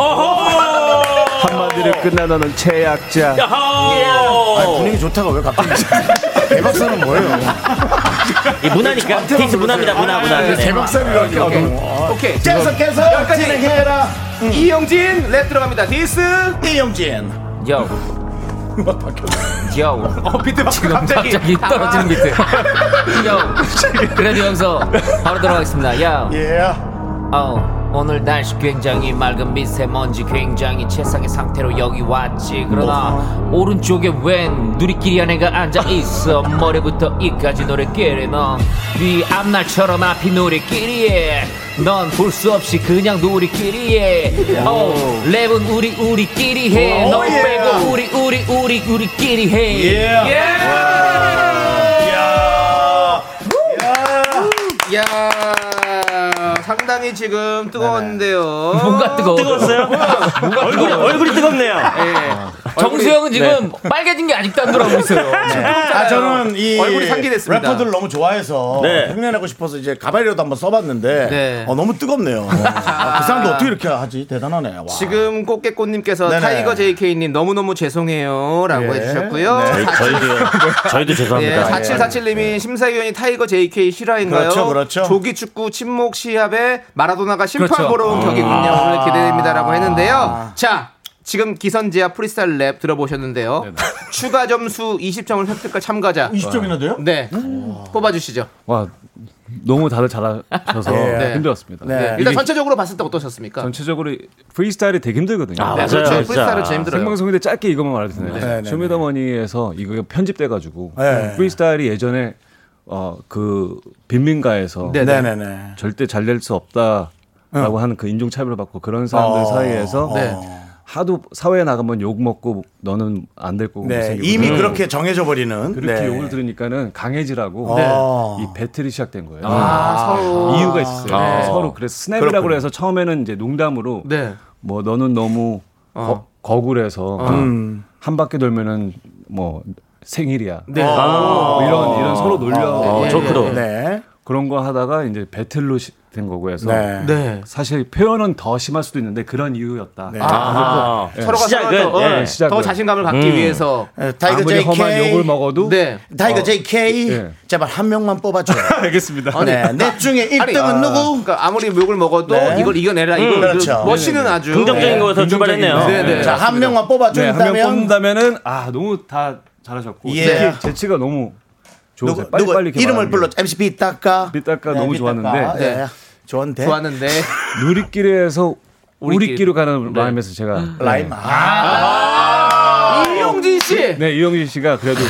I: 한마디로 끝나는 최약자.
A: 아니, 분위기 좋다가 왜 갑자기 [LAUGHS] 대박사는 뭐예요?
E: 이
A: 아,
E: 문화니까 케이스 문화입니다 문화 문화 네.
A: 대박사이라니까
E: 오케이, 오케이.
B: 오케이.
A: 계속해서
B: 여기까지. 음.
A: 진행해라.
B: 이영진 랩 들어갑니다. 디스
A: 이영진.
B: 요. 요. 어 비트
H: 지금 갑자기, 떨어지는 비트. 요. 그래도 여기서 바로 돌아가겠습니다. 요.
A: 예.
H: 어, 오늘 날씨 굉장히 맑은 미세먼지 굉장히 최상의 상태로 여기 왔지. 그러나 오른쪽에 웬 누리끼리 아내가 앉아 있어. 머리부터 이까지 노래끼리 넌네 앞날처럼 앞이 누리끼리에. 넌 볼 수 없이 그냥 누리끼리에. 어, 랩은 우리 우리끼리 해.
C: 오,
H: 너
C: 예.
H: 빼고 우리 우리 우리 우리끼리 해.
C: 예.
H: 아,
B: 야 상당히 지금 뜨거웠는데요. 뭔가
H: 뜨거워. 뜨거웠어요?
B: 얼굴이
E: 얼굴이 뜨겁네요.
H: 예. 정수영은
I: 네.
H: 지금 빨개진 게 아직도 안 네. 돌아오고 [LAUGHS] 있어요. 네.
A: 아 저는 이
H: 얼굴이 상기됐습니다.
A: 래퍼들 너무 좋아해서
H: 네.
A: 흉내내고 싶어서 이제 가발이라도 한번 써봤는데
B: 네.
A: 어,
B: [LAUGHS]
A: 너무 뜨겁네요. 아, 그 사람도 어떻게 이렇게 하지? 대단하네. 와.
B: 지금 꽃게꽃님께서
A: 네네. 아.
B: 타이거 JK님 너무너무 죄송해요라고
A: 예.
B: 해주셨고요.
A: 네.
B: 사칠-
E: 저희도
B: 예, 4747님이 심사위원이 타이거 JK 실화인가요?
A: 그렇죠, 그렇죠.
B: 조기 축구 침묵 시합에 마라도나가 심판
A: 그렇죠.
B: 보러 온
A: 음.
B: 격이군요.
A: 아.
B: 오늘 기대됩니다라고 했는데요. 자, 지금 기선제압 프리스타일 랩 들어보셨는데요.
A: 네,
B: 추가 점수 20점을 획득할 참가자.
A: 20점이나 돼요?
B: 네.
A: 음.
B: 뽑아주시죠.
I: 와 너무 다들 잘하셔서
A: 예.
B: 네. 네.
I: 힘들었습니다.
B: 네. 일단 전체적으로 봤을 때
A: 그러니까
B: 어떠셨습니까?
I: 전체적으로 프리스타일이 되게 힘들거든요.
B: 아, 네, 맞아요. 그렇죠. 프리스타일은 진짜 힘들어요.
I: 생방송인데 짧게 이것만 말해도
B: 네.
I: 되나요?
B: 네,
A: 네,
I: 쇼미더머니에서 이거 편집돼가지고
A: 네.
I: 프리스타일이 예전에 어, 그 빈민가에서
A: 네, 네, 네, 네.
I: 절대 잘 될 수 없다라고 하는 그 인종차별을 받고 그런 사람들
A: 어.
I: 사이에서
A: 네.
I: 하도 사회에 나가면 욕 먹고 너는 안 될 거고
A: 네,
I: 생기고
A: 이미
I: 그런
A: 그렇게 정해져 버리는.
I: 그렇게
A: 네.
I: 욕을 들으니까는 강해지라고
A: 네.
I: 이 배틀이 시작된 거예요. 음.
A: 아, 서로.
I: 이유가 있었어요.
A: 아.
I: 서로 그래서 스냅이라고
A: 그렇군요.
I: 해서 처음에는 이제 농담으로
B: 네.
I: 뭐 너는 너무
B: 어.
I: 거, 굴해서
A: 어. 음.
I: 한 바퀴 돌면은 뭐 생일이야.
A: 네.
I: 뭐
A: 아.
I: 이런 이런 서로
A: 아,
I: 놀려. 예,
A: 네, 조크로. 네.
I: 그런 거 하다가 이제 배틀로 시- 된 거고 해서
A: 네.
B: 네.
I: 사실 표현은 더 심할 수도 있는데 그런 이유였다.
A: 네.
B: 아.
I: 네.
B: 서로가 시작은? 서로 더, 어, 더 자신감을 갖기 위해서.
I: 예,
B: 네.
A: 에, 타이거
I: 음. 아무리
A: JK.
I: 험한 욕을 먹어도
A: 타이거
I: 어,
A: JK
I: 예.
A: 제발 한 명만 뽑아줘.
I: [LAUGHS] 알겠습니다.
A: 네, 넷 중에 1등은 누구?
B: 그러니까 아무리 욕을 먹어도
A: 네.
B: 이걸 이겨내라. 이거
A: 음, 그렇죠.
B: 머신은 아주
E: 긍정적인 거에서 출발했네요.
B: 네네.
A: 자, 한 명만 뽑아준다면
I: 네, 한명 뽑는다면은 아 너무 다 잘하셨고
A: 예.
I: 특히 재치가 너무 좋으세요.
A: 누구,
I: 빨리
A: 누구
I: 빨리
A: 이름을 불러 MC 비딱가.
I: 빗닦아
A: 네,
I: 너무
A: 빗닦아.
I: 좋았는데
A: 네. 좋은데.
B: 좋았는데
I: 누리끼리에서 우리끼리로 가는 마음에서 제가 네.
A: 라임. 아.
B: 이용진 씨. 아,
I: 네 이용진 씨가 그래도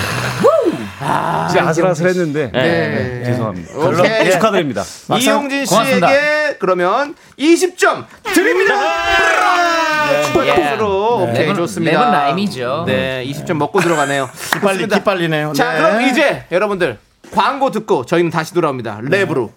I: 진짜 아슬아슬했는데
B: 네.
I: 네,
B: 네.
I: 죄송합니다.
B: 오케이.
A: 네.
I: 그럼 축하드립니다.
B: 이용진
I: 고맙습니다.
B: 씨에게 그러면 20점
A: 네.
B: 예. 드립니다.
A: 예.
B: 추가점수로
H: 네.
B: 오케이
H: 랩은-
B: 좋습니다.
H: 랩은 라임이죠.
B: 네, 20점 먹고 들어가네요.
A: [LAUGHS] 기빨리 기빨리네요.
B: 자,
A: 네.
B: 그럼 이제 여러분들 광고 듣고 저희는 다시 돌아옵니다. 랩으로.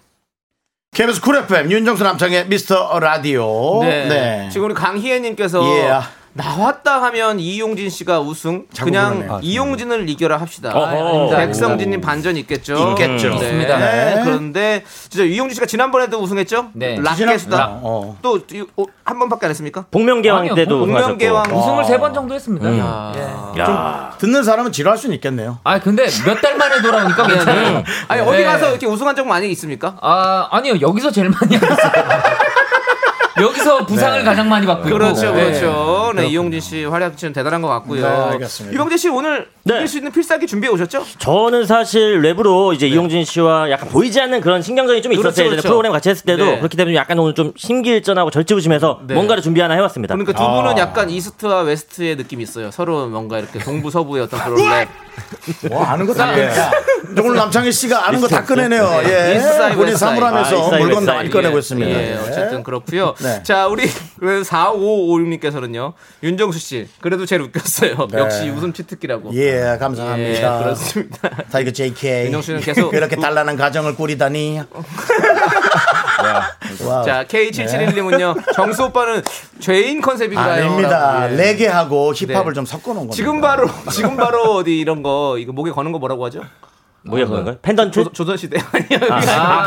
A: KBS 네. 쿨 FM 윤정수 남창의 미스터 라디오.
B: 네.
A: 네.
B: 지금 우리 강희애님께서
A: 예.
B: 나왔다 하면 이용진 씨가 우승.
A: 자꾸
B: 그냥
A: 그러네요. 아,
B: 이용진을 이겨라 합시다.
A: 어허. 네.
B: 아, 아닙니다. 백성진님 반전 있겠죠.
A: 있겠죠.
B: 네.
A: 있습니다.
B: 네.
A: 네.
B: 그런데 진짜 이용진 씨가 지난번에도 우승했죠.
H: 네.
B: 락게스다.
H: 락,
A: 어.
B: 또한 번밖에 안 했습니까?
E: 복면개왕
B: 아니요,
E: 때도
B: 복면개왕
E: 우승하셨고.
H: 우승을 세 번 정도 했습니다.
E: 음.
H: 예.
E: 야.
A: 듣는 사람은 지루할 수는 있겠네요. 네.
H: 아 근데 몇 달
A: [LAUGHS]
H: 만에 돌아오니까 괜찮아요.
B: 아니 어디
H: 네.
B: 가서 이렇게 우승한 적 많이 있습니까?
H: 아 아니요 여기서 제일 많이 했어요. [LAUGHS] 여기서 부상을
B: 네.
H: 가장 많이 받고 있고.
B: 그렇죠,
H: 네.
B: 그렇죠. 네, 이용진 씨 활약 지금 대단한 것 같고요.
E: 네, 알겠습니다. 네.
B: 유병재 씨 오늘 이길 수 있는 필살기 준비해 오셨죠?
E: 저는 사실 랩으로 이제 이용진 씨와 약간 보이지 않는 그런 신경전이 좀
B: 네. 그렇죠,
E: 있었어요. 예전에
B: 그렇죠.
E: 프로그램 같이 했을 때도
B: 네.
E: 그렇기 때문에 약간 오늘 좀 심기일전하고 절치부심해서
B: 네.
E: 뭔가를 준비 하나 해왔습니다.
B: 그러니까 두 분은 약간 이스트와
E: [LAUGHS]
B: 웨스트의 느낌이 있어요. 서로 뭔가 이렇게 동부 서부의 어떤 그런 랩.
A: 뭐 아는 거
B: 싸-
A: 다 해. 오늘 남창희 씨가 아는 거 다 꺼내네요. 예.
B: 인사이드
A: 우리
B: 인사이드.
A: 사물하면서
B: 아, 인사이드
A: 물건
B: 인사이드.
A: 많이 꺼내고 있습니다.
B: 예,
A: 예.
B: 어쨌든 그렇고요.
A: [LAUGHS] 네.
B: 자, 우리 [LAUGHS] 4556님께서는요. 윤정수 씨, 그래도 제일 웃겼어요.
A: 네.
B: 역시 웃음 치트키라고.
A: 예, 감사합니다.
B: 예, 그렇습니다.
A: 다 이거 JK.
B: 윤정 씨는 계속
A: 이렇게
B: 우-
A: 단란한 가정을 꾸리다니. 와우. 네.
B: 자, K7711님은요. 정수 오빠는 죄인 컨셉인가요?
A: 아닙니다. 네.
B: 라고, 예.
A: 레게하고 힙합을
B: 네.
A: 좀 섞어놓은 겁니다.
B: 지금 바로 지금 바로 어디 이런 거 이거 목에 거는 거 뭐라고 하죠? 아,
E: 뭐야 그건가요? 팬던트?
B: 조, 조선 시대 [LAUGHS] 아니요.
A: 아,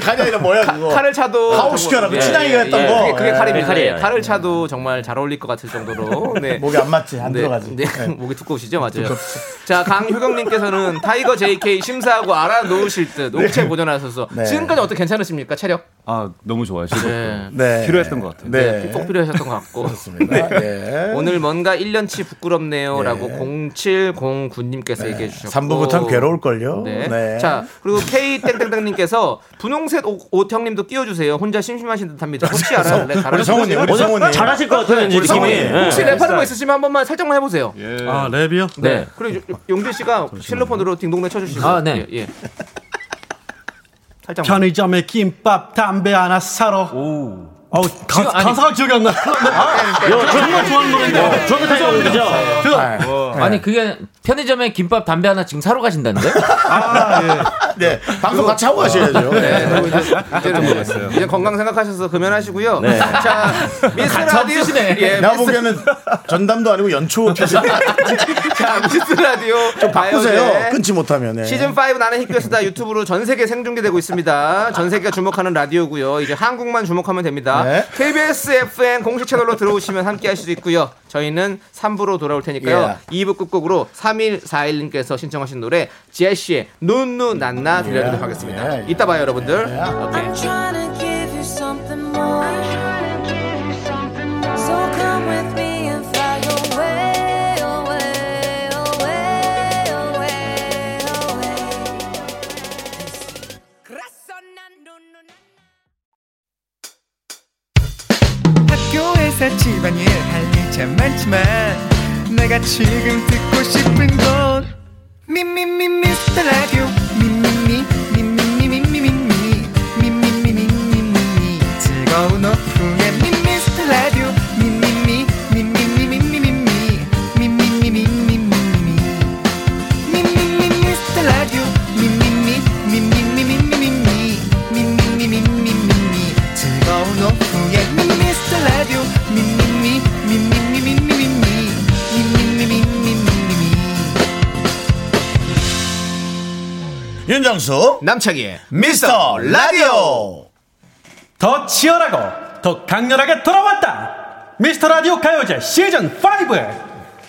A: 가이 아니라 뭐야
B: 어,
A: 그거.
B: 칼을 차도 뭐, 예,
A: 가혹 시켜라. 그 친하이가 했던 거.
B: 그게, 그게
A: 예.
B: 칼입니다.
E: 칼이에요.
B: 예. 칼을 차도 정말 잘 어울릴 것 같을 정도로.
A: [LAUGHS]
B: 네.
A: 목이 안 맞지? 안
B: 네,
A: 들어가지.
B: 네.
A: 예.
B: 목이 두꺼우시죠, 맞아요. [LAUGHS] 자, 강효경님께서는 타이거 JK 심사하고 알아놓으실 듯 옥체 보존하셔서
A: 네.
B: 지금까지 어떻게 괜찮으십니까? 체력?
I: 아 너무 좋아요. 지금
B: 네.
A: 네.
I: 필요했던 것 같아요.
A: 네.
B: 꼭 필요하셨던 것 같고. 네.
A: 그렇습니다. 예.
B: [LAUGHS] 오늘 뭔가 1년치 부끄럽네요라고 0709님께서 얘기해 주셨고
A: 3부부터는 네. 괴로울걸요.
B: 네. 자 그리고 K 땡땡땡님께서 분홍색 옷, 옷 형님도 띄워주세요. 혼자 심심하신 듯합니다. 혹시 알아요? 네,
A: 우리 성우님, 우리 네. 성우님.
E: 잘하실 것 같아요 왠지
B: 우리
E: 느낌이.
B: 성우님
E: 예.
B: 혹시 랩하는 거 있으시면 한 번만 살짝만 해보세요.
A: 예.
D: 아 랩이요?
B: 네. 그리고 요- 요- 용진 씨가 실로폰으로 딩동댕 쳐주시고.
H: 아, 네.
B: 예. 예. 살짝. 만
D: 편의점에 김밥, 담배 하나 사러. 오. 어, 가, 가사가 기억이 안 나.
E: 아,
D: 네.
E: 요,
D: 정말 좋아하는 노래인데.
H: 네.
E: 저도 타이거 그죠?
D: 네.
H: 아니 그게 편의점에 김밥 담배 하나 지금 사러 가신다는데?
A: 네. 방송 같이 하고 가셔야죠.
B: 네, 그리고 이제 이제는 뭐, 이제 건강 생각하셔서 금연하시고요.
E: 네.
B: 자, 미스 라디오
H: 아, 없으시네.
B: 예,
A: 나
B: 미스-
A: 보기에는 전담도 아니고 연초
B: [LAUGHS]
A: 표정
B: 자, 미스 라디오 좀
A: 바꾸세요. 끊지 못하면. 예.
B: 네. 시즌 5 나는 히트였다 유튜브로 전 세계 생중계되고 있습니다. 전 세계가 주목하는 라디오고요. 이제 한국만 주목하면 됩니다.
A: 네.
B: KBS FM 공식 채널로 들어오시면 함께 할 수도 있고요. 저희는 3부로 돌아올
A: 예.
B: 테니까요. 2부 끝곡으로 3141님께서 신청하신 노래 지아씨의 눈누 난나 들려드리도록 하겠습니다.
A: 예, 예.
B: 이따 봐요, 여러분들. 오케이.
G: I'm trying to give you something more. So come with me and fly away, away, away, away, away.
C: 학교에서 집안일 할 일 참 많지만 내가 지금 듣고 싶은 건 미미미 미스터 라디오 미미미 미미미 미미미 미미미 미미미 즐거운
H: 그-
C: 오후에 미미스터 라디오 미미미 미미미 미미미 미미미 미미미 미미미 미스터 라디오 미미미 미미미 미미미 미미미 미미미 즐거운 오후에 미스터 라디오 미미미 미미미 미미미 미미미 미미미
A: 윤정수
B: 남창희의
A: 미스터 라디오.
D: 더 치열하고 더 강렬하게 돌아왔다. 미스터 라디오 가요제 시즌 5.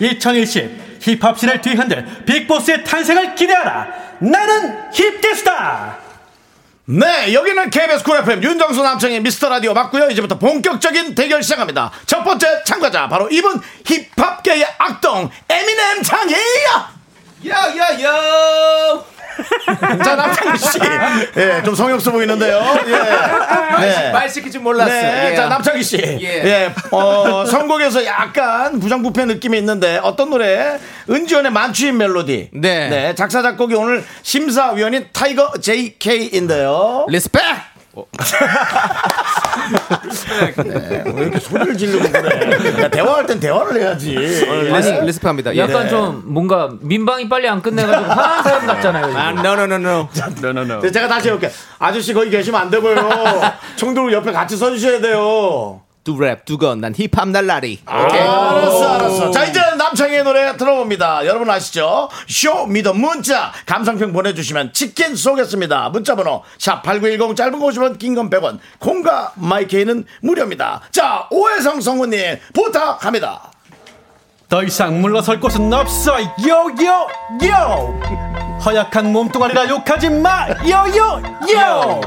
D: 2010 힙합신을 뒤흔들 빅보스의 탄생을 기대하라. 나는 힙디스다.
A: 네, 여기는 KBS 쿨 FM 윤정수 남창의 미스터 라디오 맞고요. 이제부터 본격적인 대결 시작합니다. 첫 번째 참가자 바로 이분 힙합계의 악동 에미넴 창이야.
B: 야야야!
A: 자, 남창희 씨, 예, 좀 성역수 보이는데요.
B: [LAUGHS]
A: 예, 네.
B: 말 시킬 줄 몰랐어.
A: 네,
B: 예.
A: 자 남창희 씨, 예,
B: 예.
A: 어, 선곡에서 약간 부장부패 느낌이 있는데 어떤 노래? 은지원의 만취인 멜로디.
B: 네.
A: 작사 작곡이 오늘 심사위원인 타이거 JK인데요. 어.
B: 리스펙!
A: [LAUGHS] 왜 이렇게 소리를 지르고 그래? 야, 대화할 땐 대화를 해야지.
B: 어,
A: 예.
B: 리스, 리스펙합니다. 예.
H: 약간 좀 뭔가 민방위 빨리 안 끝내가지고 화난 사람 같잖아요.
B: 아,
H: 지금.
B: no, no, no, no.
I: 네네네.
A: 네, 제가 다시 해볼게. 아저씨 거기 계시면
B: [LAUGHS]
A: 안 되고요. 청도 옆에 같이 서주셔야 돼요.
B: 두랩, 두건, 난 힙합 날라리. 아.
A: 알았어, 알았어. 자, 이제 남창희의 노래 들어봅니다. 여러분 아시죠? 쇼, 미더, 문자. 감상평 보내주시면 치킨 쏘겠습니다. 문자번호, 샵8910, 짧은 거 50원, 긴 건 100원. 콩과 마이케이는 무료입니다. 자, 오해성 성우님, 부탁합니다.
D: 더 이상 물러설 곳은 없어 요요요 허약한 몸뚱아리라 욕하지 마 요요요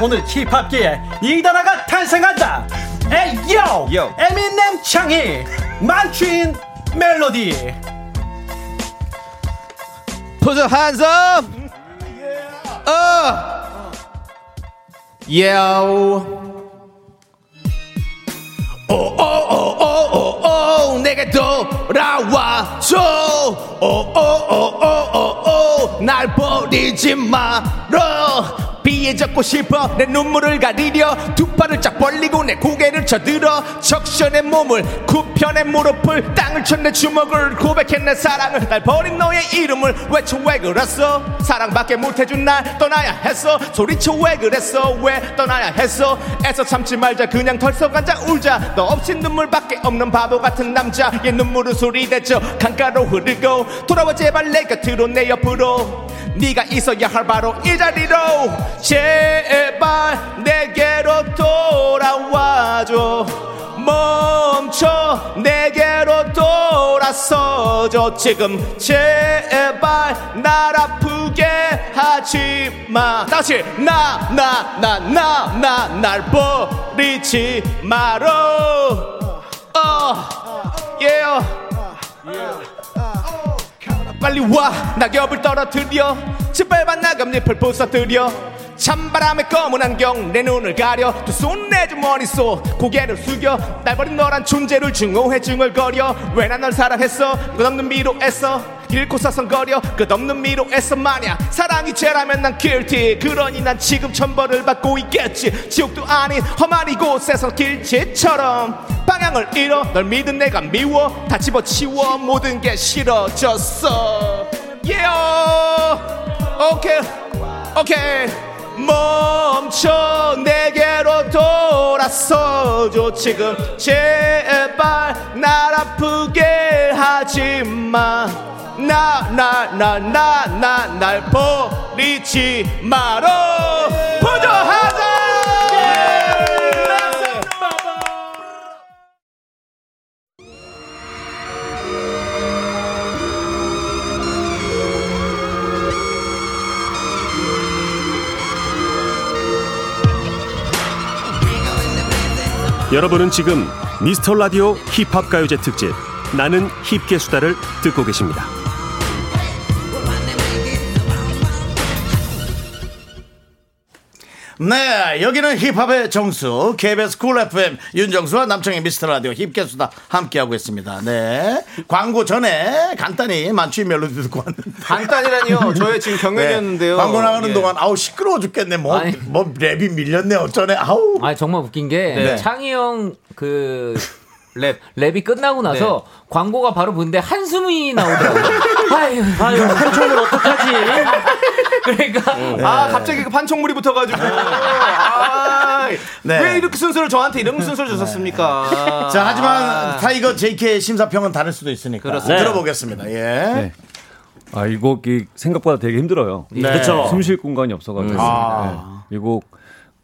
D: 오늘 힙합계에 이단아가 탄생한다 에이요
B: 요.
D: 에미넴 창이 만취인 멜로디
B: Put your hands up.
A: 음,
B: 어. Yo.
A: 어,
B: 오오오오오오 내게 돌아와줘 오오오오오오
J: 꼭 날 버리지 말어 비에 젖고 싶어 내 눈물을 가리려 두 팔을 쫙 벌리고 내 고개를 쳐들어 적셔내 몸을 구편의 무릎을 땅을 쳐내 주먹을 고백해 내 사랑을 날 버린 너의 이름을 외쳐 왜 그랬어 사랑밖에 못해준 날 떠나야 했어 소리쳐 왜 그랬어 왜 떠나야 했어 애써 참지 말자 그냥 털썩 앉아 울자 너 없인 눈물밖에 없는 바보 같은 남자 얘 눈물은 소리대죠 강가로 흐르고 돌아와 제발 내 곁으로 내 옆으로 네가 있어야 할 바로 이 자리로 제발 내게로 돌아와줘 멈춰 내게로 돌아서줘 지금 제발 날 아프게 하지마 다시 나 나 나 나 나 날 버리지 말어 어 예요 빨리 와 낙엽을 떨어뜨려 짓밟아 나감 잎을 부서뜨려 찬바람에 검은 안경 내 눈을 가려 두 손 내 주머니 속 고개를 숙여 날 버린 너란 존재를 증오해 중얼거려 왜 난 널 사랑했어 끝없는 미로에서 잃고 사선거려 끝없는 미로에서 마냥 사랑이 죄라면 난 guilty 그러니 난 지금 천벌을 받고 있겠지 지옥도 아닌 험한 이곳에서 길치처럼 방향을 잃어 널 믿은 내가 미워 다 집어치워 모든 게 싫어졌어 yeah. 오케이 오케이 멈춰 내게로 돌아서줘 지금 제발 날 아프게 하지마 나 나 나 나 나 날 버리지 마라 보조하자
D: 여러분은 지금 미스터 라디오 힙합 가요제 특집 나는 힙계 수다를 듣고 계십니다.
A: 네, 여기는 힙합의 정수, KBS 쿨 FM, 윤정수와 남청의 미스터 라디오 힙계수다 함께하고 있습니다. 네. 광고 전에 간단히 만취 멜로디 듣고 왔는데. 네,
B: 간단이라니요. 저의 지금 경연이었는데요.
A: 광고 나가는
B: 예.
A: 동안, 아우, 시끄러워 죽겠네. 뭐,
H: 아니.
A: 뭐, 랩이 밀렸네. 어쩌네. 아우.
H: 아 정말 웃긴 게
A: 네.
H: 창희 형그 랩. 랩이 끝나고 나서 광고가 바로 보는데 한숨이 나오더라고요. 아유,
E: 아유 한총을 어떡하지
H: [LAUGHS] 그러니까
A: 네.
J: 아 갑자기 그 판촉물이 붙어가지고 아,
A: 네.
J: 왜 이렇게 순서를 저한테 이런 순서를 주셨습니까
A: [LAUGHS] 자,
B: 아.
A: 하지만 타이거 JK의 심사평은 다를 수도 있으니까.
E: 그렇습니다.
A: 들어보겠습니다. 예.
I: 네. 아, 이 곡이 생각보다 되게 힘들어요.
E: 그쵸.
I: 숨 쉴 공간이 없어가지고. 네. 이 곡,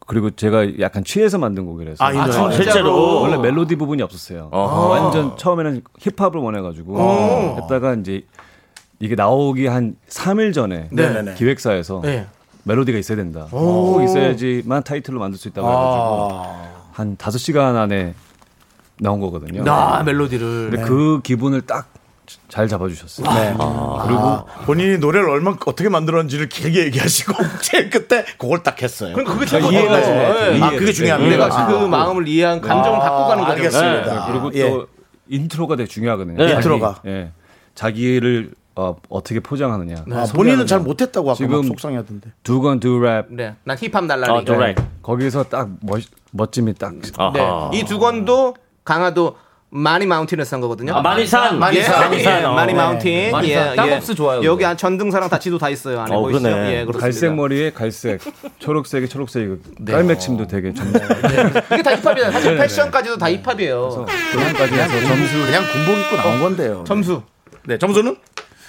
I: 그리고 제가 약간 취해서 만든 곡이라서.
A: 아, 이거.
E: 아, 실제로
I: 원래 멜로디 부분이 없었어요. 완전 처음에는 힙합을 원해가지고 했다가 이제 이게 나오기 한 3일 전에
A: 네네네.
I: 기획사에서 멜로디가 있어야 된다. 꼭 있어야지만 타이틀로 만들 수 있다고 해가지고 한 5시간 안에 나온 거거든요.
B: 아, 멜로디를.
I: 근데 그 기분을 딱 잘 잡아주셨어요.
A: 네. 그리고 본인이 노래를 얼마 어떻게 만들었는지를 길게 얘기하시고 [LAUGHS] 제일 끝에 그걸 딱 했어요. 그러니까
B: 그럼 그게
I: 아,
B: 참
I: 이해가 네.
B: 어려워요.
I: 돼요.
B: 예.
A: 아, 그게 중요합니다.
B: 내가
A: 아.
B: 그 마음을 이해한 감정을 바꿔가는 거죠.
A: 알겠습니다.
I: 네, 그리고 또
A: 예.
I: 인트로가 되게 중요하거든요.
A: 네,
I: 자기,
A: 인트로가.
I: 예. 자기를 어, 어떻게 포장하느냐.
A: 아, 본인은 잘 못했다고 아까 막
I: 지금-
A: 속상해하던데. 아,
I: 두건 두랩.
B: 네. 난 힙합
E: 어,
H: 아,
B: 날라리.
I: 네.
E: 노래
I: 거기서 딱 멋, 멋짐이 딱.
B: 네. 이 두 건도 강화도 마니 마운틴에서 한 거거든요.
E: 아, 마니산
A: 많이
B: 예,
A: 사- 많이
B: 예,
A: 사-
E: 어,
B: 마니
A: 네.
B: 마운틴. 예,
H: 많이 사- 땅업스 좋아요,
B: 여기
H: 그거.
B: 한 전등사랑 다치도 다 있어요. 안에
E: 어,
B: 보이시죠?
E: 그러네.
B: 예, 그렇습니다. 네.
I: 갈색 뭐- 머리에 갈색, 초록색에 초록색, 이거 깔맥침도 되게
B: 어.
I: 정말
B: 이게 다 힙합이잖아요. 사실
I: 네네네.
B: 패션까지도 다 힙합이에요.
I: 그런까지 해서 점수.
A: 그냥 군복 입고 나온 건데요.
B: 점수
A: 네, 점수는?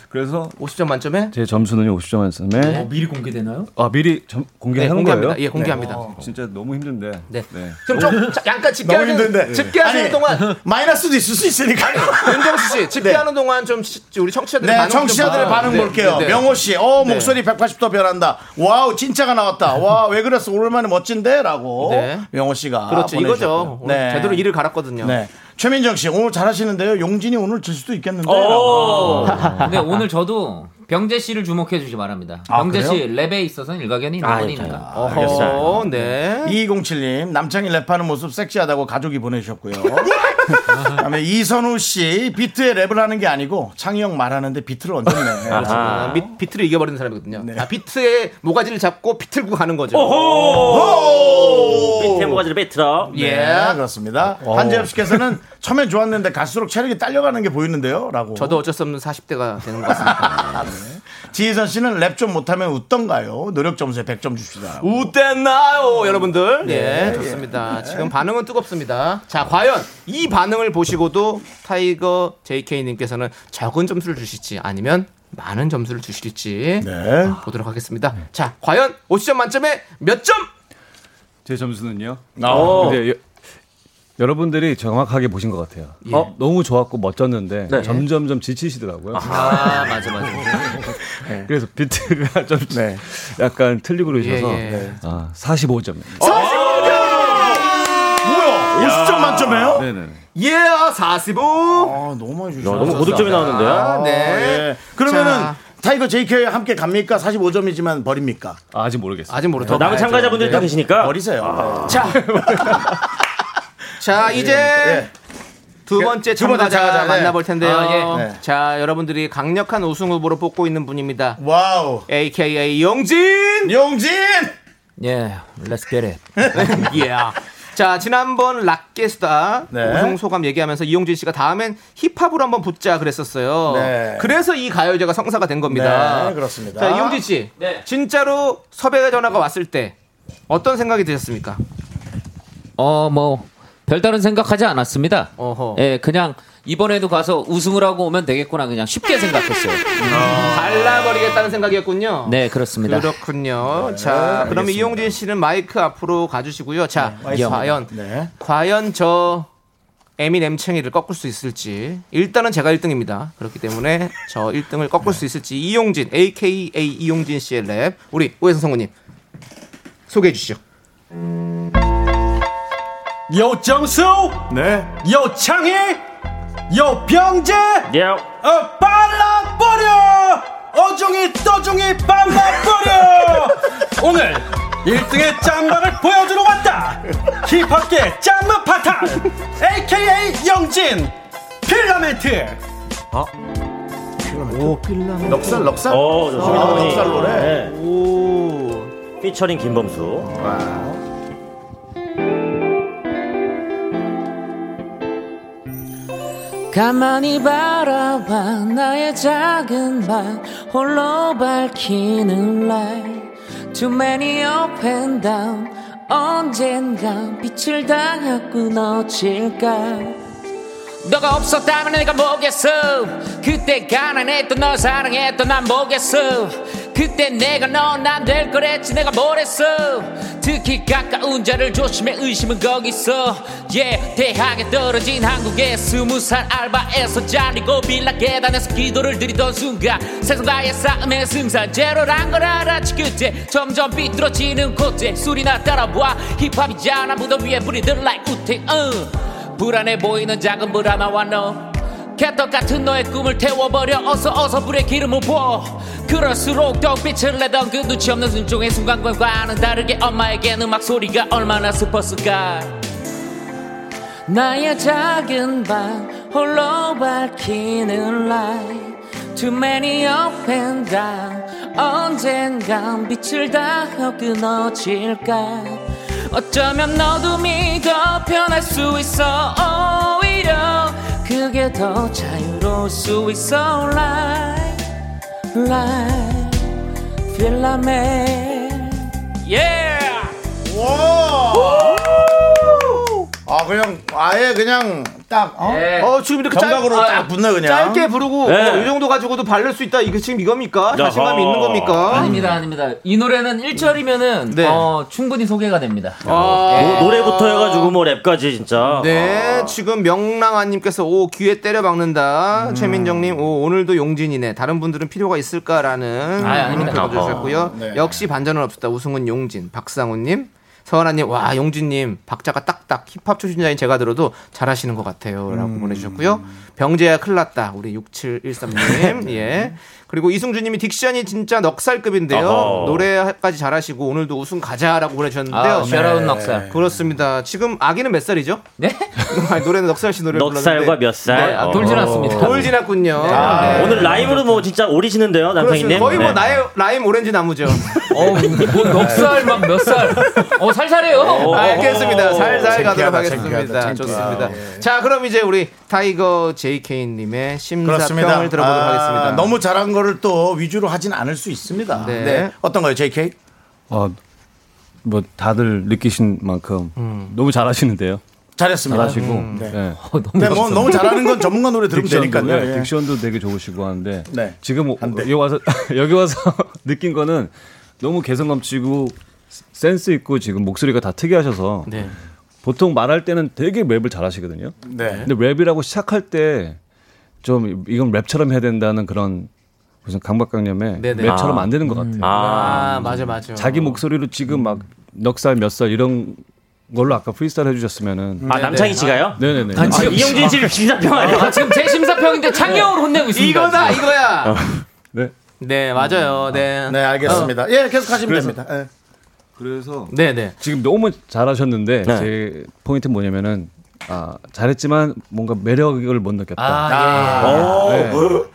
I: 그래서
B: 50점
I: [LAUGHS]
B: 만점에
I: 제 점수는 50점 만점에
A: 네.
H: 어, 미리 공개되나요?
I: 아 미리 점,
B: 어, 네,
I: 공개한
B: 공개합니다.
I: 거예요?
B: 예,
A: 네.
B: 공개합니다.
A: 어,
I: 진짜 너무 힘든데.
B: 네.
I: 네.
B: 그럼 좀 자, 약간
A: 너무
B: 집계하는
A: 힘든데. 네.
B: 집계하는
A: 아니,
B: 동안
A: 마이너스도 있을 수 있으니까.
B: 윤정수
I: 네.
B: 씨 집계하는 동안 좀 시- 우리 청취자들의
A: 네,
B: 반응 좀
A: 청취자들의
B: 봐요.
A: 반응
B: 네,
A: 볼게요.
B: 네, 네.
A: 명호 씨, 어 목소리 180도 변한다. 와우, 진짜가 나왔다. 와, 왜 그랬어? 오랜만에 멋진데라고
B: 네.
A: 명호 씨가
B: 그렇죠. 이거죠.
A: 보내주셨고요. 네.
B: 제대로 일을 갈았거든요.
A: 네. 어.
B: 어. 네,
A: 최민정 씨, 오늘 잘하시는데요. 용진이 오늘 질 수도 있겠는데.
H: 근데 네. 어. 오늘 저도 병재 씨를 주목해 주시기 바랍니다.
A: 아,
H: 병재
A: 그래요?
H: 씨 랩에 있어서는 일가견이 있는
A: 아,
H: 분이니까.
A: 아, 알겠어요.
B: 네.
A: 2207님 남창이 랩하는 모습 섹시하다고
B: [LAUGHS]
A: 가족이 보내주셨고요. 그다음에 이선우 씨 비트에 랩을 하는 게 아니고 창희 형 말하는데 비트를 얹었네. 네.
B: 아, 비- 비트를 이겨버리는 사람이거든요. 아, 비트에 모가지를 잡고 비틀고 가는 거죠.
A: 오호!
E: 밑에 모가지를 네. 빼트러.
A: 예, 그렇습니다.
B: 오.
A: 한재엽 씨께서는 처음엔 좋았는데 갈수록 체력이 딸려가는 게 보이는데요? 라고. 아, 네.
B: 저도 어쩔 수 없는 40대가 되는 것 같습니다.
A: [LAUGHS] 지희선 씨는 랩 좀 못하면 웃던가요? 노력 점수에 100점 줍시다.
B: 웃댔나요, 여러분들?
A: 네,
B: 예, 좋습니다. 지금 반응은 뜨겁습니다. 자, 과연 이 반응을 보시고도 타이거 JK님께서는 적은 점수를 주실지 아니면 많은 점수를 주실지
A: 네.
B: 아, 보도록 하겠습니다. 자, 과연 50점 만점에 몇 점?
I: 제 점수는요?
A: 아, 어.
B: 오.
I: 어,
A: 네, 예.
I: 근데 여, 여러분들이 정확하게 보신 것 같아요.
B: 예.
I: 어, 너무 좋았고 멋졌는데
B: 네.
I: 점점점 지치시더라고요. 네.
B: 아, 맞아,
I: [LAUGHS]
B: 맞아. 네.
I: 그래서 비트가 좀 약간 틀리고 그러셔서
B: 예, 예.
I: 아, 45점.
A: 뭐야? 50점 만점이에요?
I: 네네.
B: 예, 45.
A: 아, 너무 많이 주셨어.
E: 너무 고득점이 나오는데요?
A: 아,
B: 네.
A: 예. 그러면은
B: 자.
A: 타이거 JK 함께 갑니까? 45점이지만 버립니까?
I: 아직 모르겠어요.
B: 아직 네. 모르죠.
E: 남은 참가자분들 다 계시니까. 아.
A: 버리세요. 네.
B: 자. 자, 이제
A: 예.
B: 두 번째
A: 두 번째
B: 참가자
A: 참가자, 네.
B: 만나볼 텐데요.
A: 아, 예. 네.
B: 자, 여러분들이 강력한 우승 후보로 뽑고 있는 분입니다.
A: 와우.
B: AKA 영진!
A: 용진!
H: 예, let's get it.
B: [LAUGHS] 예. 자, 지난번 락게스타
A: 네.
B: 우승 소감 얘기하면서 이용진 씨가 다음엔 힙합으로 한번 붙자 그랬었어요.
A: 네.
B: 그래서 이 가요제가 성사가 된 겁니다.
A: 네, 그렇습니다.
B: 자, 이용진 씨.
E: 네.
B: 진짜로 섭외 전화가 왔을 때 어떤 생각이 드셨습니까?
H: 어, 뭐 별다른 생각하지 않았습니다.
B: 어허.
H: 예, 그냥 이번에도 가서 우승을 하고 오면 되겠구나 그냥 쉽게 생각했어요.
B: 음. 발라버리겠다는 생각이었군요.
H: 네, 그렇습니다.
B: 그렇군요. 자, 그럼 이용진 씨는 마이크 앞으로 가주시고요. 자,
A: 와이스.
B: 과연
A: 네.
B: 과연 저 에미넴 층이를 꺾을 수 있을지 일단은 제가 1등입니다. 그렇기 때문에 저 1등을 꺾을 수 있을지 이용진 AKA 이용진 씨의 랩 우리 오해선 성우님 소개해 주시죠.
D: 요 정수
A: 네.
D: 요 창희 요 병재
E: 예.
D: 어, 발라버려 어종이 떠종이 발라버려 오늘 1등의 짬바를 보여주러 왔다 힙합계 짬바 파탄 AKA 영진 필라멘트
A: 넉살, 넉살?
E: 어, 조수민
A: 아,
E: 어머니.
A: 넉살 노래.
E: 오. 피처링 김범수.
B: 아.
G: 가만히 바라봐 나의 작은 말 홀로 밝히는 날 Too many up and down 언젠가 빛을 당하고 넣질까
F: 너가 없었다면 내가 뭐겠어 그때 가난했던 너 사랑했던 난 뭐겠어 그때 내가 넌 안 될 거랬지 내가 뭘 했어 특히 가까운 자를 조심해 의심은 거기 있어 yeah, 대학에 떨어진 한국의 스무 살 알바에서 잘리고 빌라 계단에서 기도를 드리던 순간 세상과의 싸움에 승산 제로란 걸 알았지 그때 점점 삐뚤어지는 콧대 술이나 따라와 힙합이잖아 무더 위에 뿌리들 like 우태 uh. 불안해 보이는 작은 불안아와 너 개떡 같은 너의 꿈을 태워버려 어서 어서 불에 기름을 부어 그럴수록 더 빛을 내던 그 눈치 없는 순종의 순간과는 다르게 엄마에겐 음악 소리가 얼마나 슬펐을까
G: 나의 작은 방 홀로 밝히는 light Too many up and down 언젠간 빛을 다 끊어질까 어쩌면 너도 믿어 변할 수 있어 오히려 그게 더 자유로울 수 있어 light light 필라멘
F: yeah!
A: 와! 아, 그냥, 아예 그냥 딱, 어?
B: 예.
A: 어,
B: 어 지금 이렇게
A: 정각으로
B: 짧- 아,
A: 딱 붙네, 그냥.
B: 짧게 부르고
E: 네.
B: 어, 이 정도 가지고도 바를 수 있다 이게 지금 이겁니까? 자신감이 있는 겁니까?
H: 아닙니다, 아닙니다. 이 노래는 1절이면은
B: 네.
H: 어, 충분히 소개가 됩니다.
B: 아,
E: 노- 노래부터 해가지고 뭐 랩까지 진짜.
H: 아.
B: 네, 지금 명랑아님께서 오 귀에 때려
H: 음.
B: 박는다. 최민정님 오 오늘도 용진이네. 다른 분들은 필요가 있을까라는
H: 아, 아닙니다.
B: 주셨고요.
A: 어, 네.
B: 역시 반전은 없었다. 우승은 용진. 박상우님. 서하나님, 와, 용진님, 박자가 딱딱 힙합 초신자인 제가 들어도 잘하시는 것 같아요.
H: 음.
B: 라고 보내주셨고요. 병재야 큰일 났다. 우리
H: [LAUGHS]
B: 6713님.
H: 네.
B: 예. 그리고 이승주님이 딕션이 진짜 넉살급인데요.
H: 어허.
B: 노래까지 잘하시고 오늘도 우승 가자라고 보내주셨는데요.
H: 아, 샤라운 네. 넉살.
B: 그렇습니다. 지금 아기는 몇 살이죠? [LAUGHS] 네? 노래는 넉살 씨 노래를
E: 넉살과
B: 불렀는데.
E: 몇 살? 어.
B: 네, 아, 돌 지났습니다. 돌
E: [LAUGHS]
B: 지났군요.
E: 아,
B: 네.
E: 오늘 라임으로 뭐 진짜 오리시는데요, 남성님.
B: 그렇습니다. 거의 뭐
E: 네.
B: 나의 라임 오렌지
E: [LAUGHS]
B: 나무죠.
H: 뭐 넉살 막 몇 살. 어 살살해요.
E: 어,
B: 알겠습니다. 살살 가도록 하겠습니다.
H: 창피하다, 창피하다, 창피하다.
B: 좋습니다.
E: 아, 예.
B: 자, 그럼 이제 우리 타이거 JK님의
A: 네. 그렇습니다.
B: 심사평을 들어보도록
A: 아,
B: 하겠습니다.
A: 너무 잘한 거를 또 위주로 하진 않을 수 있습니다.
B: 네.
A: 네. 어떤 거요, JK?
I: 어, 뭐 다들 느끼신 만큼
E: 음.
I: 너무 잘하시는데요.
A: 잘했습니다.
I: 잘하시고.
A: 음, 네.
I: 네.
E: 어,
A: 근데 뭐 너무 잘하는 건 전문가 노래 들으면
I: 딕션도,
A: 되니까요.
I: 예,
A: 예.
I: 딕션도 되게 좋으시고 하는데
A: 네.
I: 지금 오- 여기 와서 [LAUGHS] 여기 와서 느낀 거는 너무 개성 넘치고 센스 있고 지금 목소리가 다 특이하셔서
B: 네.
I: 보통 말할 때는 되게 랩을 잘하시거든요.
A: 네.
I: 근데 랩이라고 시작할 때 좀 이건 랩처럼 해야 된다는 그런 무슨 강박관념에
B: 네네.
I: 랩처럼
B: 아.
I: 안 되는 것 같아요.
E: 음.
B: 아, 맞아, 맞아.
I: 자기 목소리로 지금 막 넉살 몇 살 이런 걸로 아까 프리스타일
B: 음.
I: 해주셨으면은
B: 네,
E: 아, 남창희 씨가요?
I: 네네네.
E: 아, 지금 이영진 씨를 심사평하려고.
H: 아, 지금 제 심사평인데 창영을 혼내고 있습니다.
B: 이거다,
H: 지금.
B: 이거야.
E: 아.
I: 네.
B: 네, 맞아요. 네.
A: 네, 알겠습니다. 예, 계속 하시면
I: 그래서-
A: 됩니다. 예.
I: 그래서
B: 네, 네.
I: 지금 너무 잘하셨는데
E: 네.
I: 제 포인트 는 뭐냐면은 아 잘했지만 뭔가 매력을 못 느꼈다.
H: 아,
A: 오,
B: 예.
I: 네.
E: 어.
A: 뭐.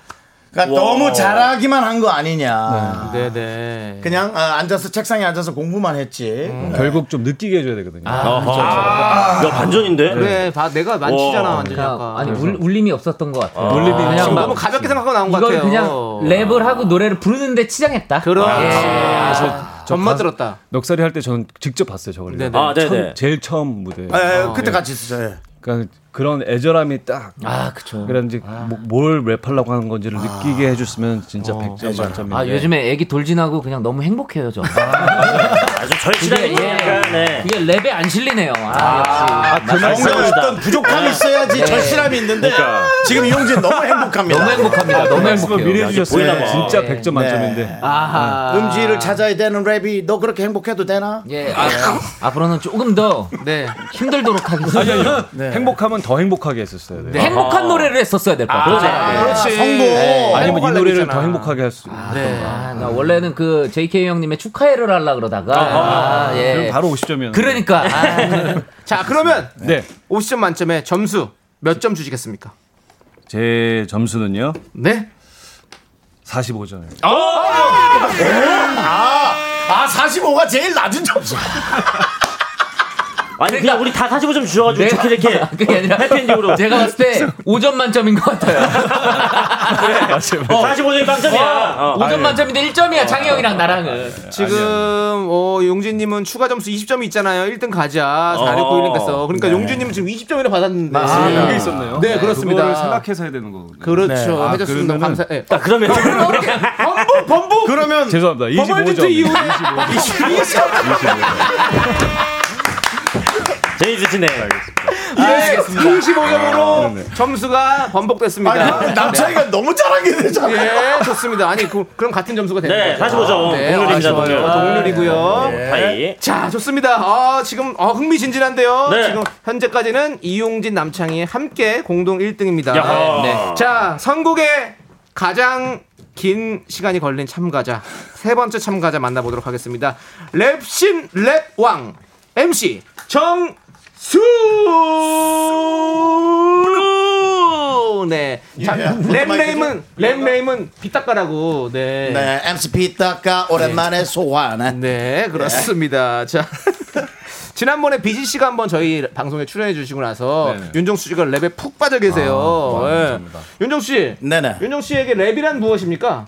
A: 그러니까 너무 잘하기만 한 거 아니냐.
B: 네, 네. 음.
A: 그냥 아, 앉아서 책상에 앉아서 공부만 했지. 네.
I: 결국 좀 느끼게 해줘야 되거든요.
B: 아,
E: 야, 반전인데?
B: 그래, 봐, 네, 내가 만치잖아,
E: 와.
B: 완전
H: 그러니까,
B: 약간.
H: 아니 울, 울림이 없었던 것 같아요.
I: 물리비
H: 그냥 막
B: 너무 가볍게 생각하고 나온 것
H: 이걸
B: 같아요.
H: 그냥 랩을 하고 노래를 부르는데 치장했다.
B: 그렇지.
I: 아,
H: 예.
B: 전만 들었다.
I: 넉살이 할 때 저는 직접 봤어요 저걸.
B: 네네.
E: 아,
I: 처음-
E: 네네.
I: 제일 처음 무대. 아,
A: 예, 예, 그때 같이 있었어요. 예.
I: 그러니까 그런 애절함이 딱.
H: 아, 그쵸.
I: 그런지 뭐- 뭘 랩하려고 하는 건지를 느끼게 해줬으면 진짜 100점 만점인데.
H: 어, 아, 요즘에 애기 돌진하고 그냥 너무 행복해요, 저.
E: 아주 절친하게.
H: 그게, 예.
E: 약간, 네.
H: 이게 랩에 안 실리네요. 아, 역시. 네.
A: 그 뭔가 어떤 부족함이 있어야지 절실함이 있는데 지금 이용진 너무 행복합니다.
H: 너무 행복합니다. 너무
I: 그러니까. 말씀을 미리
H: 행복해요.
I: 해주셨어요.
E: 보이나 봐.
I: 진짜 100점
A: 네.
I: 만점인데.
H: 아하.
B: 네.
A: 음지를 찾아야 되는 랩이 너 그렇게 행복해도 되나?
H: 예, 아, 앞으로는 조금 더
B: 네.
H: 힘들도록
I: [LAUGHS]
H: 하겠습니다.
I: 아니, 아니요. 행복하면 더 행복하게 했었어야 돼요.
H: 네, 행복한 노래를 했었어야 될 것 같아요.
A: 아, 성공.
I: 아니면 이
B: 행복하려고
I: 노래를
B: 했잖아.
I: 더 행복하게 할 수.
H: 네. 아, 나 원래는 그 JK 형님의 축하회를 하려 그러다가 아,
I: 그럼
H: 예.
I: 바로 50점이었는데.
H: 그러니까 아,
B: [LAUGHS] 자, 그러면
I: 네.
B: 50점 만점에 점수 몇 점 주시겠습니까?
I: 제 점수는요.
B: 네?
I: 45점이에요.
A: 어? 아 45가 제일 낮은 점수.
E: 아니, 그냥 우리 다 45점
B: 네.
E: 주셔가지고
H: 내가-
E: 좋게 좋게.
H: 네. [LAUGHS] 그게 아니라
E: 해피엔딩으로.
H: 제가 봤을 때 5점 만점인 것 같아요. [LAUGHS]
E: 어. 45점이 빵점이야.
I: 아,
E: 어.
I: 예.
H: 5점 만점인데 1점이야 창영이랑
I: 네,
H: 나랑은.
B: 지금 어, 용진님은 추가 점수 20점이 있잖아요. 1등 가자. 4691님께서. 그러니까 용진님은 지금 20점이나 받았는데.
I: 어, 네. 아, 그게 있었네요.
B: 네, 그렇습니다.
I: 그거를 생각해서 해야 되는 거거든요.
B: 그렇죠.
I: 아,
B: 해줬습니다.
I: 그러면은-
B: 감사. 예.
E: 아, 그러면.
B: 범부 범부.
A: 그러면
I: 죄송합니다. 25점. 25. 25점.
E: 제일 지치네.
B: 25점으로
I: 네, 네.
B: 점수가 번복됐습니다.
A: 아,
B: 네.
A: 아니, 남자애가 너무 잘하게 되잖아.
B: 예, 좋습니다. 아니 그, 럼 같은 점수가 되는
E: 네,
B: 거죠.
E: 45점.
B: 네,
E: 동률입니다,
B: 아, 좋아요.
E: 동률. 네,
B: 동률이고요. 네.
E: 하이.
B: 자, 좋습니다. 아, 지금 아, 흥미진진한데요.
E: 네.
B: 지금 현재까지는 이용진 남창희 함께 공동 1등입니다. 네.
E: 야호.
B: 자, 선곡의 가장 긴 시간이 걸린 참가자 세 번째 참가자 만나보도록 하겠습니다. 랩신 랩왕 MC 정수. 네. 자,
A: 예.
B: 랩네임은 랩네임은 비딱가라고. 네. 네.
A: 네, MC 피타가 오랜만에 소환해. 네.
B: 그렇습니다. 자. 지난번에 비지 씨가 한번 저희 방송에 출연해 주시고 나서
I: 네네.
B: 윤정수 씨가 랩에 푹 빠져
J: 아,
B: 계세요. 예. 윤정수 씨.
A: 네네.
B: 윤정수 씨에게 랩이란 무엇입니까?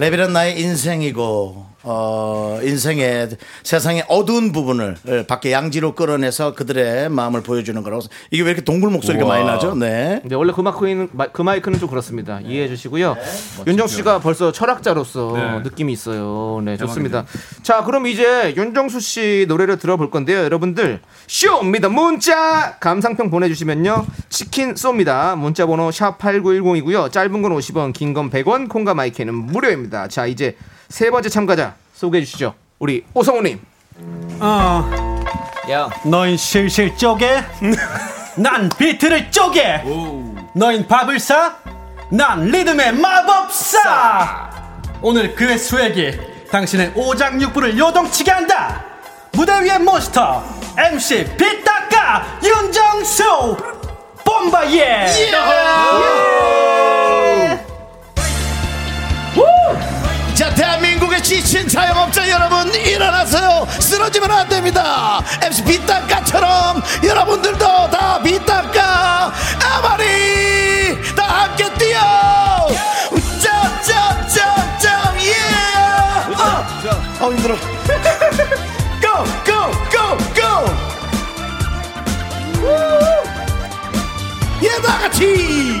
A: 랩이란 나의 인생이고 어 인생의 세상의 어두운 부분을 예, 밖에 양지로 끌어내서 그들의 마음을 보여주는 거라고 생- 이게 왜 이렇게 동굴 목소리가 많이 나죠? 네.
B: 네, 원래 그 마이크는, 마- 그 마이크는 좀 그렇습니다. 이해해 주시고요. 윤정수 씨가 벌써 철학자로서 느낌이 있어요. 네, 좋습니다. 자, 그럼 이제 윤정수 씨 노래를 들어볼 건데요. 여러분들, 쇼입니다. 문자! 감상평 보내주시면요. 치킨 쏩니다. 문자 번호 샵8910이고요. 짧은 건 50원, 긴 건 100원, 콩과 마이크는 무료입니다. 자, 이제 세 번째 참가자 소개해 주시죠. 우리 오성우님.
K: 어,
H: 야.
K: 너인 실실 쪼개 난 비트를 쪼개 너인 밥을 사난 리듬의 마법사 오늘 그의 수액이 당신의 오장육부를 요동치게 한다 무대 위의 몬스터 MC 비타카 윤정수 bombaye
L: 예!
M: 자 대한민국의 지친 자영업자 여러분 일어나세요 쓰러지면 안 됩니다 MC 비땀가처럼 여러분들도 다 비땀가 아마리 다 함께 뛰어 짱짱짱짱 예! 어, 어 [LAUGHS] 힘들어 고! 고! 고! 고! 예, 다 같이!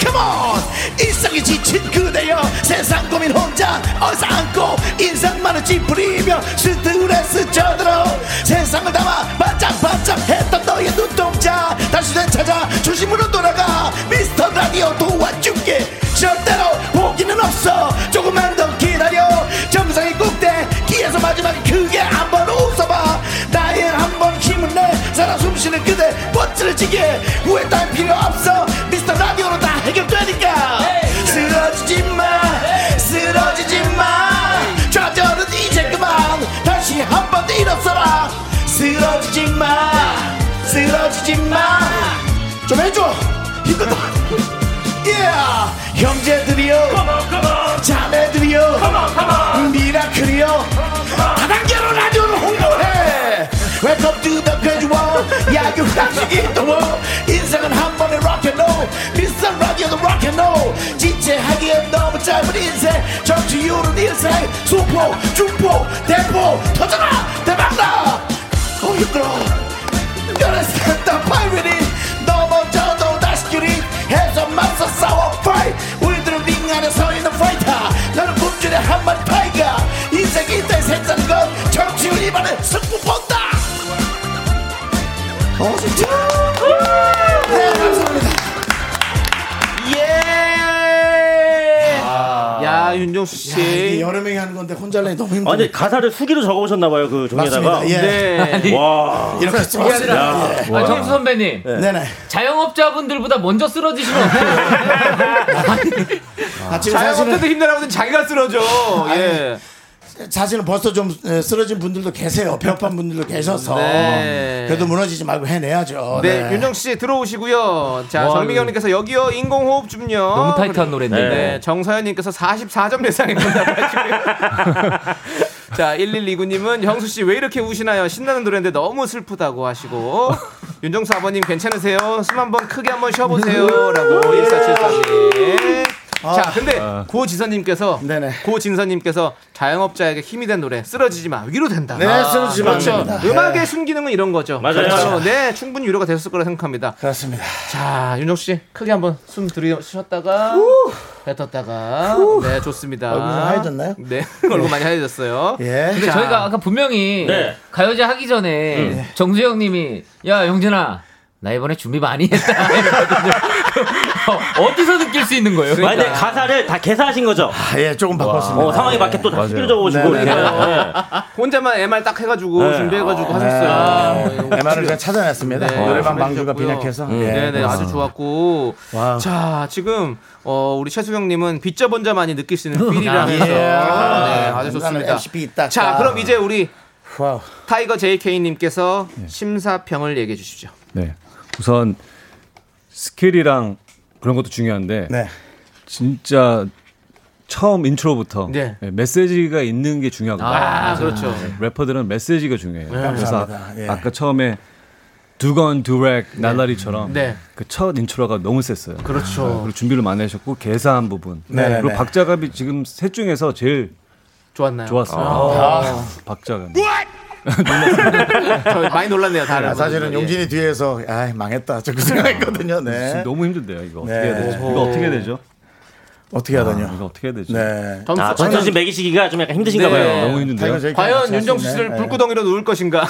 M: 컴온 일상에 지친 그대여 세상 고민 혼자 어서 안고 인상만을 찌푸리며 스트레스 쳐들어 세상을 담아 반짝반짝 했던 너의 눈동자 다시 되찾아 초심으로 돌아가 미스터 라디오 도와줄게 절대로 포기는 없어 조금만 더 기다려 정상의 꼭대 기에서 마지막 크게 한번 웃어봐 나의 한번 힘을 내 살아 숨쉬는 그대 멋지를 지게 후회 따윈 필요 없어 미스터 라디오로 다 해결되니까 쓰러지지 마 쓰러지지 마 좌절은 이제 그만 다시 한 번 일어서라 쓰러지지 마 쓰러지지 마 좀 해줘 힘들다 yeah. 형제들이여 자매들이여 미라클이여 다단계로 라디오를 홍보해 웰컴 투더 괴주원 야유 한식이 동호 인생은 한 번의 락앤롤 미스터 라디오도 락앤롤 지체하기엔 너무 짧은 인생 정치율은 일생 수포 중포 대포 터져라 대박나 어 힘들어 열애스탄다 파이리니 너 먼저도 다시 끼리 해서 맞서 싸워 파이 우리들은 링 안에 서 있는 파이터 너는 굶주려 한마리 파이가 인생이 이때 생산 건 정치운 입안에 승부 본다 어 진짜 네 감사합니다
A: 예!
B: 예! 아. 야 윤정수 씨.
M: 이게 여러 명이 하는 건데 혼자 하려니 너무 힘들어
E: 아니 가사를 수기로 적어보셨나봐요 그 종이에다가.
M: 맞습니다. 예.
H: 네.
E: 와.
M: 이렇게
H: 쓰러지라.
E: 야, 와.
H: 아, 정수 선배님.
E: 네.
H: 자영업자분들보다 먼저 쓰러지시면
A: 네.
H: 안 돼요.
M: 아, 지금 사실은
B: 자영업자도 힘들어하면 자기가 쓰러져.
M: 아니,
B: 예.
M: 사실은 벌써 좀
A: 예,
M: 에, 쓰러진 분들도 계세요. 배업한 분들도 계셔서
B: 네.
M: 그래도 무너지지 말고 해내야죠.
B: 네, 윤정수 씨 들어오시고요. 자,
M: 와,
B: 정미경님께서 여기요 인공호흡 좀요.
H: 너무 타이트한 노래인데.
B: 네, 정서연님께서 44점 예상했다고 하시고요.
H: [LAUGHS]
B: 자, 1129님은 형수 씨 왜 이렇게 우시나요? 신나는 노래인데 너무 슬프다고 하시고 윤정수 아버님 괜찮으세요? 숨 한번 크게 한번 쉬어보세요라고
H: 네.
B: 1474님.
H: 아.
B: 자, 근데 고지선님께서 고진선님께서 자영업자에게 힘이 된 노래 쓰러지지 마 위로 된다.
M: 네, 쓰러지지 마.
B: 그렇죠.
M: 네.
B: 음악의 순기능은 이런 거죠.
E: 맞아요.
B: 그렇죠. 네, 충분히 유료가 됐을 거라 생각합니다.
M: 그렇습니다.
B: 자, 윤정 씨 크게 한번 숨 들이셨다가 뱉었다가 네, 좋습니다.
H: 얼굴 좀
A: 아.
H: 하얘졌나요? 예.
B: 네, [LAUGHS] 얼굴 많이 하얘졌어요.
H: 근데
B: 자,
H: 저희가 아까 분명히
B: 네.
H: 가요제 하기 전에
B: 음.
H: 정수영 님이 야, 영진아. 나 이번에 준비 많이 했다. 이러거든요. 어, 어디서 느낄 수 있는 거예요? 그러니까.
E: 아니, 근데 가사를 다 개사하신 거죠?
M: 아, 예, 조금
E: 어,
A: 네.
E: 상황에 맞게 또 다시 수기로 적어보시고.
B: 네,
E: 예. 이렇게.
B: 혼자만 MR 딱 해가지고
E: 네.
B: 준비해가지고 하셨어요. 아,
A: MR을 제가 찾아냈습니다.
B: 네,
A: 노래방
B: 네, 잘해주셨고요.
A: 방주가 빈약해서.
B: 음.
A: 예,
B: 네, 네, 아주
A: 고맙습니다.
B: 좋았고. 자, 지금 어, 우리 최수경님은 빚져본자 많이 느낄 수
A: [LAUGHS]
B: 있는 필이라면서
A: 예.
B: 네,
A: 아,
B: 아주
A: 나는
B: 좋습니다.
A: LCP 있다. 아.
B: 자, 그럼 이제 우리
A: 와우. 예.
B: 타이거 JK님께서 심사평을 얘기해 주시죠.
I: 네. 우선 스킬이랑 그런 것도 중요한데
A: 네.
I: 진짜 처음 인트로부터
B: 네.
I: 예, 메시지가 있는 게 중요하고 네.
B: 아, 그렇죠.
I: 래퍼들은 메시지가 중요해요.
B: 네.
I: 그래서
B: 감사합니다.
I: 아-
B: 예.
I: 아까 처음에 두건 두렉 날라리처럼
B: 네.
I: 그 첫 인트로가 너무 셌어요.
B: 그렇죠.
I: 아, 그리고 준비를 많이 하셨고 개사한 부분
B: 네, 네,
I: 그리고
B: 네.
I: 박자감이 지금 셋 중에서 제일
B: 좋았나요?
I: 좋았어요.
B: 아.
I: 박자감. [LAUGHS]
B: 저 많이 놀랐네요, 다른.
A: 아, 사실은
B: 분들도. 예.
A: 용진이 뒤에서 아 망했다 저그 생각했거든요. 네.
I: 지금 너무 힘든데요 이거
A: 네.
I: 어떻게 해야 되죠? 이거 어떻게 해야 되죠?
A: 어떻게 하다뇨?
I: 아, 이거 어떻게 해야 되지?
A: 네.
E: 아, 전수 씨 매기시기가 좀 약간 힘드신가 봐요.
B: 네. 과연 윤정수 씨를
A: 네.
B: 불구덩이로 누울 것인가?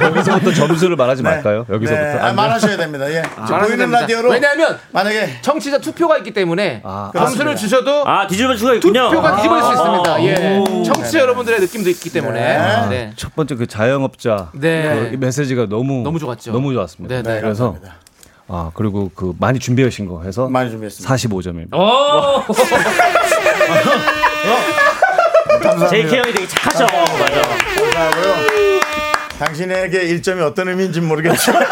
I: 여기서부터 어, 점수를 말하지 말까요? 여기서부터.
A: 네,
I: 안
A: 아,
I: 돼요?
A: 말하셔야 됩니다. 예. 저
B: 말하셔야
A: 보이는
B: 됩니다.
A: 라디오로
B: 왜냐하면
A: 만약에
B: 청취자 투표가 있기 때문에
A: 그렇습니다.
B: 점수를 주셔도
E: 아 뒤집을 수가 있군요.
B: 투표가 뒤집어질 수 있습니다.
E: 오.
B: 예. 청취자 여러분들의 느낌도 있기
I: 아,
B: 때문에 네.
I: 첫 번째 그 자영업자
B: 네.
I: 그 메시지가 너무 너무
B: 좋았죠.
I: 너무
B: 네,
I: 좋았습니다.
B: 네.
I: 그래서 아 그리고 그 많이 준비하신 거 해서 많이 준비했습니다.
H: [LAUGHS]
I: 45점입니다.
H: 아,
A: 감사합니다. 네.
E: JK 형이 되게 착하셔.
A: 감사하고요. 당신에게 1점이 어떤 의미인지 모르겠지만
I: [LAUGHS]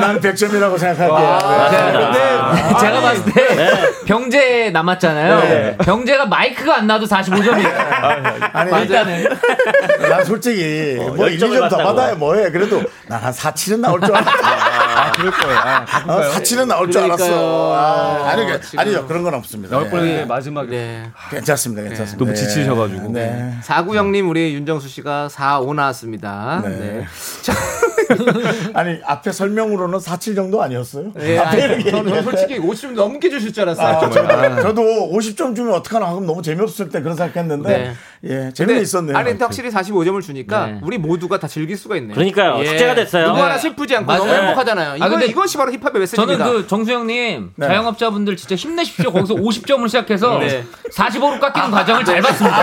A: 난 100점이라고
H: 아,
A: 생각할게요. 네.
H: 제가-
I: 네.
H: 근데 제가 봤을 때 병재 남았잖아요.
A: 네.
H: 병재가 마이크가 안 나도 45점이에요.
A: 아니 일단은 네, 난 솔직히
I: 어,
A: 뭐 1, 2점 더 받아야 뭐해. 그래도 난 한 4, 7은 나올 줄 알았어.
I: 아 그럴 거예요. 아,
A: 어, 4, 7은 나올 줄 알았어. 아, 아니, 그- 아니요 그런 건 없습니다.
I: 나올 뻔했는데
A: 예.
I: 마지막에
A: 아, 괜찮습니다. 괜찮습니다.
I: 너무 지치셔가지고.
A: 네. 네.
B: 사구형님 우리 윤정수 씨가 4, 5 나왔습니다.
A: 네.
B: 네.
A: 아니 앞에 설명으로는 47 정도 아니었어요?
B: 예,
A: 앞에
B: 아니,
A: 이렇게
B: 저는
A: 얘기할 때.
B: 솔직히 50점 넘게 주실 줄 알았어요.
A: 아,
B: 정말.
A: 저도, 저도 50점 주면 어떡하나 하고 너무 재미없을 때 그런 생각했는데 예 재미는
B: 네. 근데
A: 있었네요.
B: 아니 근데 확실히 45점을 주니까 우리 모두가 다 즐길 수가 있네요. 예.
E: 그러니까요. 축제가 됐어요.
B: 누구 하나
E: 네.
B: 슬프지 않고
H: 맞아요.
B: 너무 행복하잖아요.
H: 아,
B: 이건
H: 근데
B: 이것이 바로 힙합의 메시지입니다.
H: 저는 그 정수영님
B: 네.
H: 자영업자분들 진짜 힘내십시오. 거기서 50점을 시작해서
B: 네. 아,
H: 45로 깎이는 과정을 잘 봤습니다.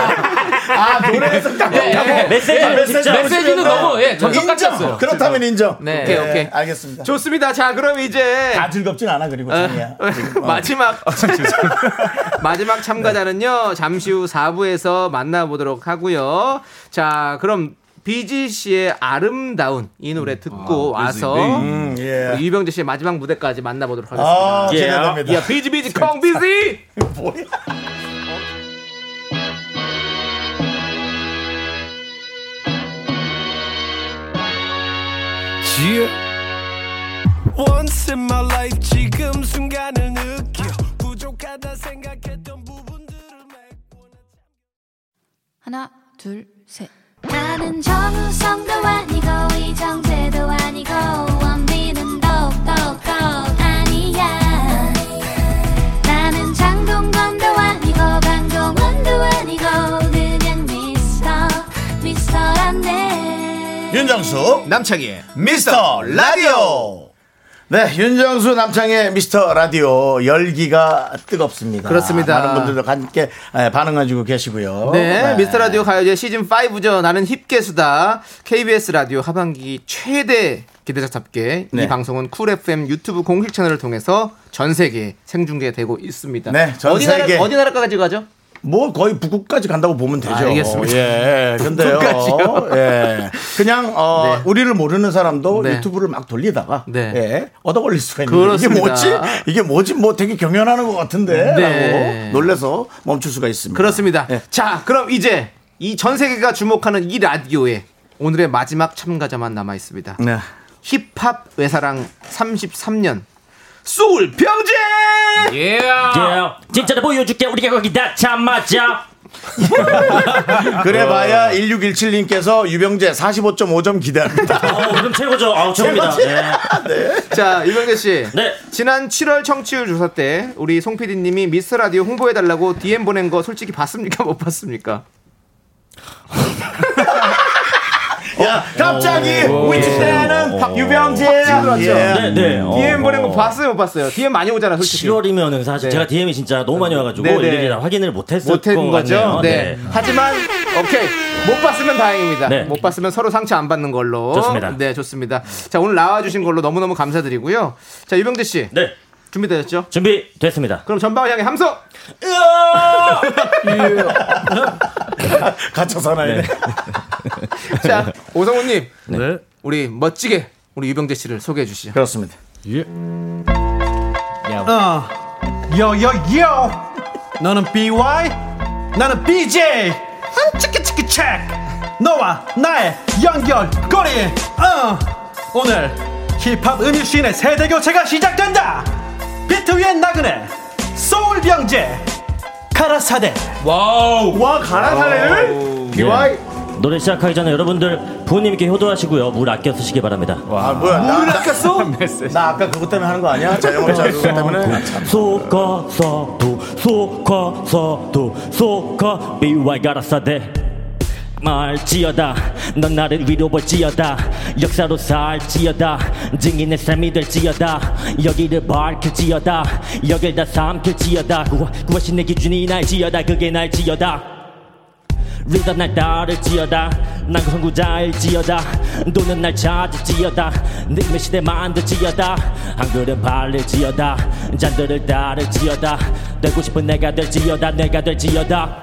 A: 아 노래에서 딱
B: 네.
H: 예, 예.
E: 메시지는
H: 예,
E: 진짜 보시면은-
H: 메시지는 너무 예, 점점
A: 아, 인정.
H: 깎였어요.
A: 그렇다면 인정.
H: 네.
B: 오케이,
A: 네,
B: 오케이.
A: 알겠습니다.
B: 좋습니다. 자, 그럼 이제
A: 다 즐겁진 않아 그리고
B: 어.
A: 중이야.
B: [LAUGHS]
A: 어,
B: 마지막 [LAUGHS] 마지막 참가자는요.
A: 네.
B: 잠시 후 4부에서 만나보도록 하고요. 자, 그럼 비지 씨의 아름다운 이 노래 듣고 와서
A: 음, 예.
B: 우리 유병재 씨의 마지막 무대까지 만나보도록
A: 아,
B: 하겠습니다.
A: 기대가 됩니다.
B: 야, 비지
A: [LAUGHS]
B: 비지 콩 비지.
A: 뭐야?
N: Once in my life 지금 순간을 느껴 부족하다 생각했던 부분들을
O: 하나, 둘, 셋. 나는 정우성도 아니고 이정재도 아니고 원빈은 더욱더 아니야. 나는 장동건도 아니고 강동원도 아니고 그냥 미스터 미스터란데.
A: 윤정수 남창희의 미스터 라디오 네 윤정수 남창희의 미스터 라디오 열기가 뜨겁습니다
B: 그렇습니다.
A: 많은 분들도 함께 예, 반응해주고 계시고요
B: 네, 미스터 라디오 가요제 시즌 5죠. 나는 힙계 수다. KBS 라디오 하반기 최대 기대작답게
A: 네.
B: 이 방송은 쿨 FM 유튜브 공식 채널을 통해서 전 세계 생중계되고 있습니다.
A: 네, 전
B: 어디 나라
A: 세계.
B: 어디 나라까지 가죠?
A: 뭐 거의 북극까지 간다고 보면 되죠
B: 알겠습니다.
A: 예 근데요
B: 북극까지요?
A: 예 그냥 어, 우리를 모르는 사람도
B: 네.
A: 유튜브를 막 돌리다가
B: 네.
A: 예 얻어 걸릴 수가 있는
B: 그렇습니다.
A: 이게 뭐지 이게 뭐지 뭐 되게 경연하는 것 같은데
B: 네.
A: 라고 놀래서 멈출 수가 있습니다 예.
B: 그렇습니다. 자, 그럼 이제 이 전 세계가 주목하는 이 라디오에 오늘의 마지막 참가자만 남아 있습니다.
A: 네.
B: 힙합 외사랑 33년 소울 병재!
H: 예.
E: 예. 진짜로 보여줄게 우리가 거기 닥자마자
A: 그래봐야 1617님께서 유병재 45.5점 기대합니다.
E: 어, 그럼 최고죠. 아우 최고입니다.
A: 최고지.
E: 네.
B: 자, 이병재 씨.
E: 네.
B: 지난 7월 청취율 조사 때 우리 송 PD님이 미스 라디오 홍보해달라고 DM 보낸 거 솔직히 봤습니까? [LAUGHS] 못 봤습니까?
A: 야, 갑자기 위치대는 어, 유병재.
E: 어.
A: 예.
E: 네, 네. 어,
B: DM 보낸 거
E: 어.
B: 봤어요, 못 봤어요? DM 많이 오잖아, 솔직히.
E: 7월이면은 사실
B: 네.
E: 제가 DM이 진짜 너무 많이 와가지고
B: 네, 네.
E: 일일이 다 확인을 못했을
B: 못한
E: 것
B: 거죠.
E: 같네요.
B: 네. 하지만 오케이 못 봤으면 다행입니다.
E: 네.
B: 못 봤으면 서로 상처 안 받는 걸로.
E: 좋습니다.
B: 네, 좋습니다. 자 오늘 나와주신 걸로 너무 너무 감사드리고요. 자 유병재 씨
E: 네.
B: 준비되셨죠?
E: 준비 됐습니다.
B: 그럼 전방을 향해 함성.
A: [LAUGHS] 갇혀 사나이네.
B: 자 오성훈님
I: 네.
B: 우리 멋지게 우리 유병재 씨를 소개해 주시죠.
A: 그렇습니다.
K: 어. 요요요 너는 BY 나는 BJ 치키 치키 체크 너와 나의 연결고리 어. 오늘 힙합 음유씬의 세대교체가 시작된다 비트 위엔 나그네 소울병제 카라사대
H: 와우.
K: 네.
A: 와, 가라사를? BY?
E: 예. 노래 시작하기 전에 여러분들 부모님께 효도하시고요. 물 아껴 쓰시기 바랍니다.
A: 아 뭐야 나 아까 나 아까 그것 때문에 하는 거 아니야? 어, 자영업자 그것 때문에
E: 소가서도 소가서도 소가 미와 가라사대 말지어다 넌 나를 위로볼지어다 역사로 살지어다 증인의 셈이 될지어다 여기를 밝힐지어다 여길 다 삼킬지어다 그와, 그것이 내 기준이 날지어다 그게 날지어다 리더 날 따를지어다 난 선구자일지어다 돈은 날 찾을지어다 늙은 시대 만들지어다 한 그릇 발릴지어다 잔들을 따를지어다 되고 싶은 내가 될지어다 내가 될지어다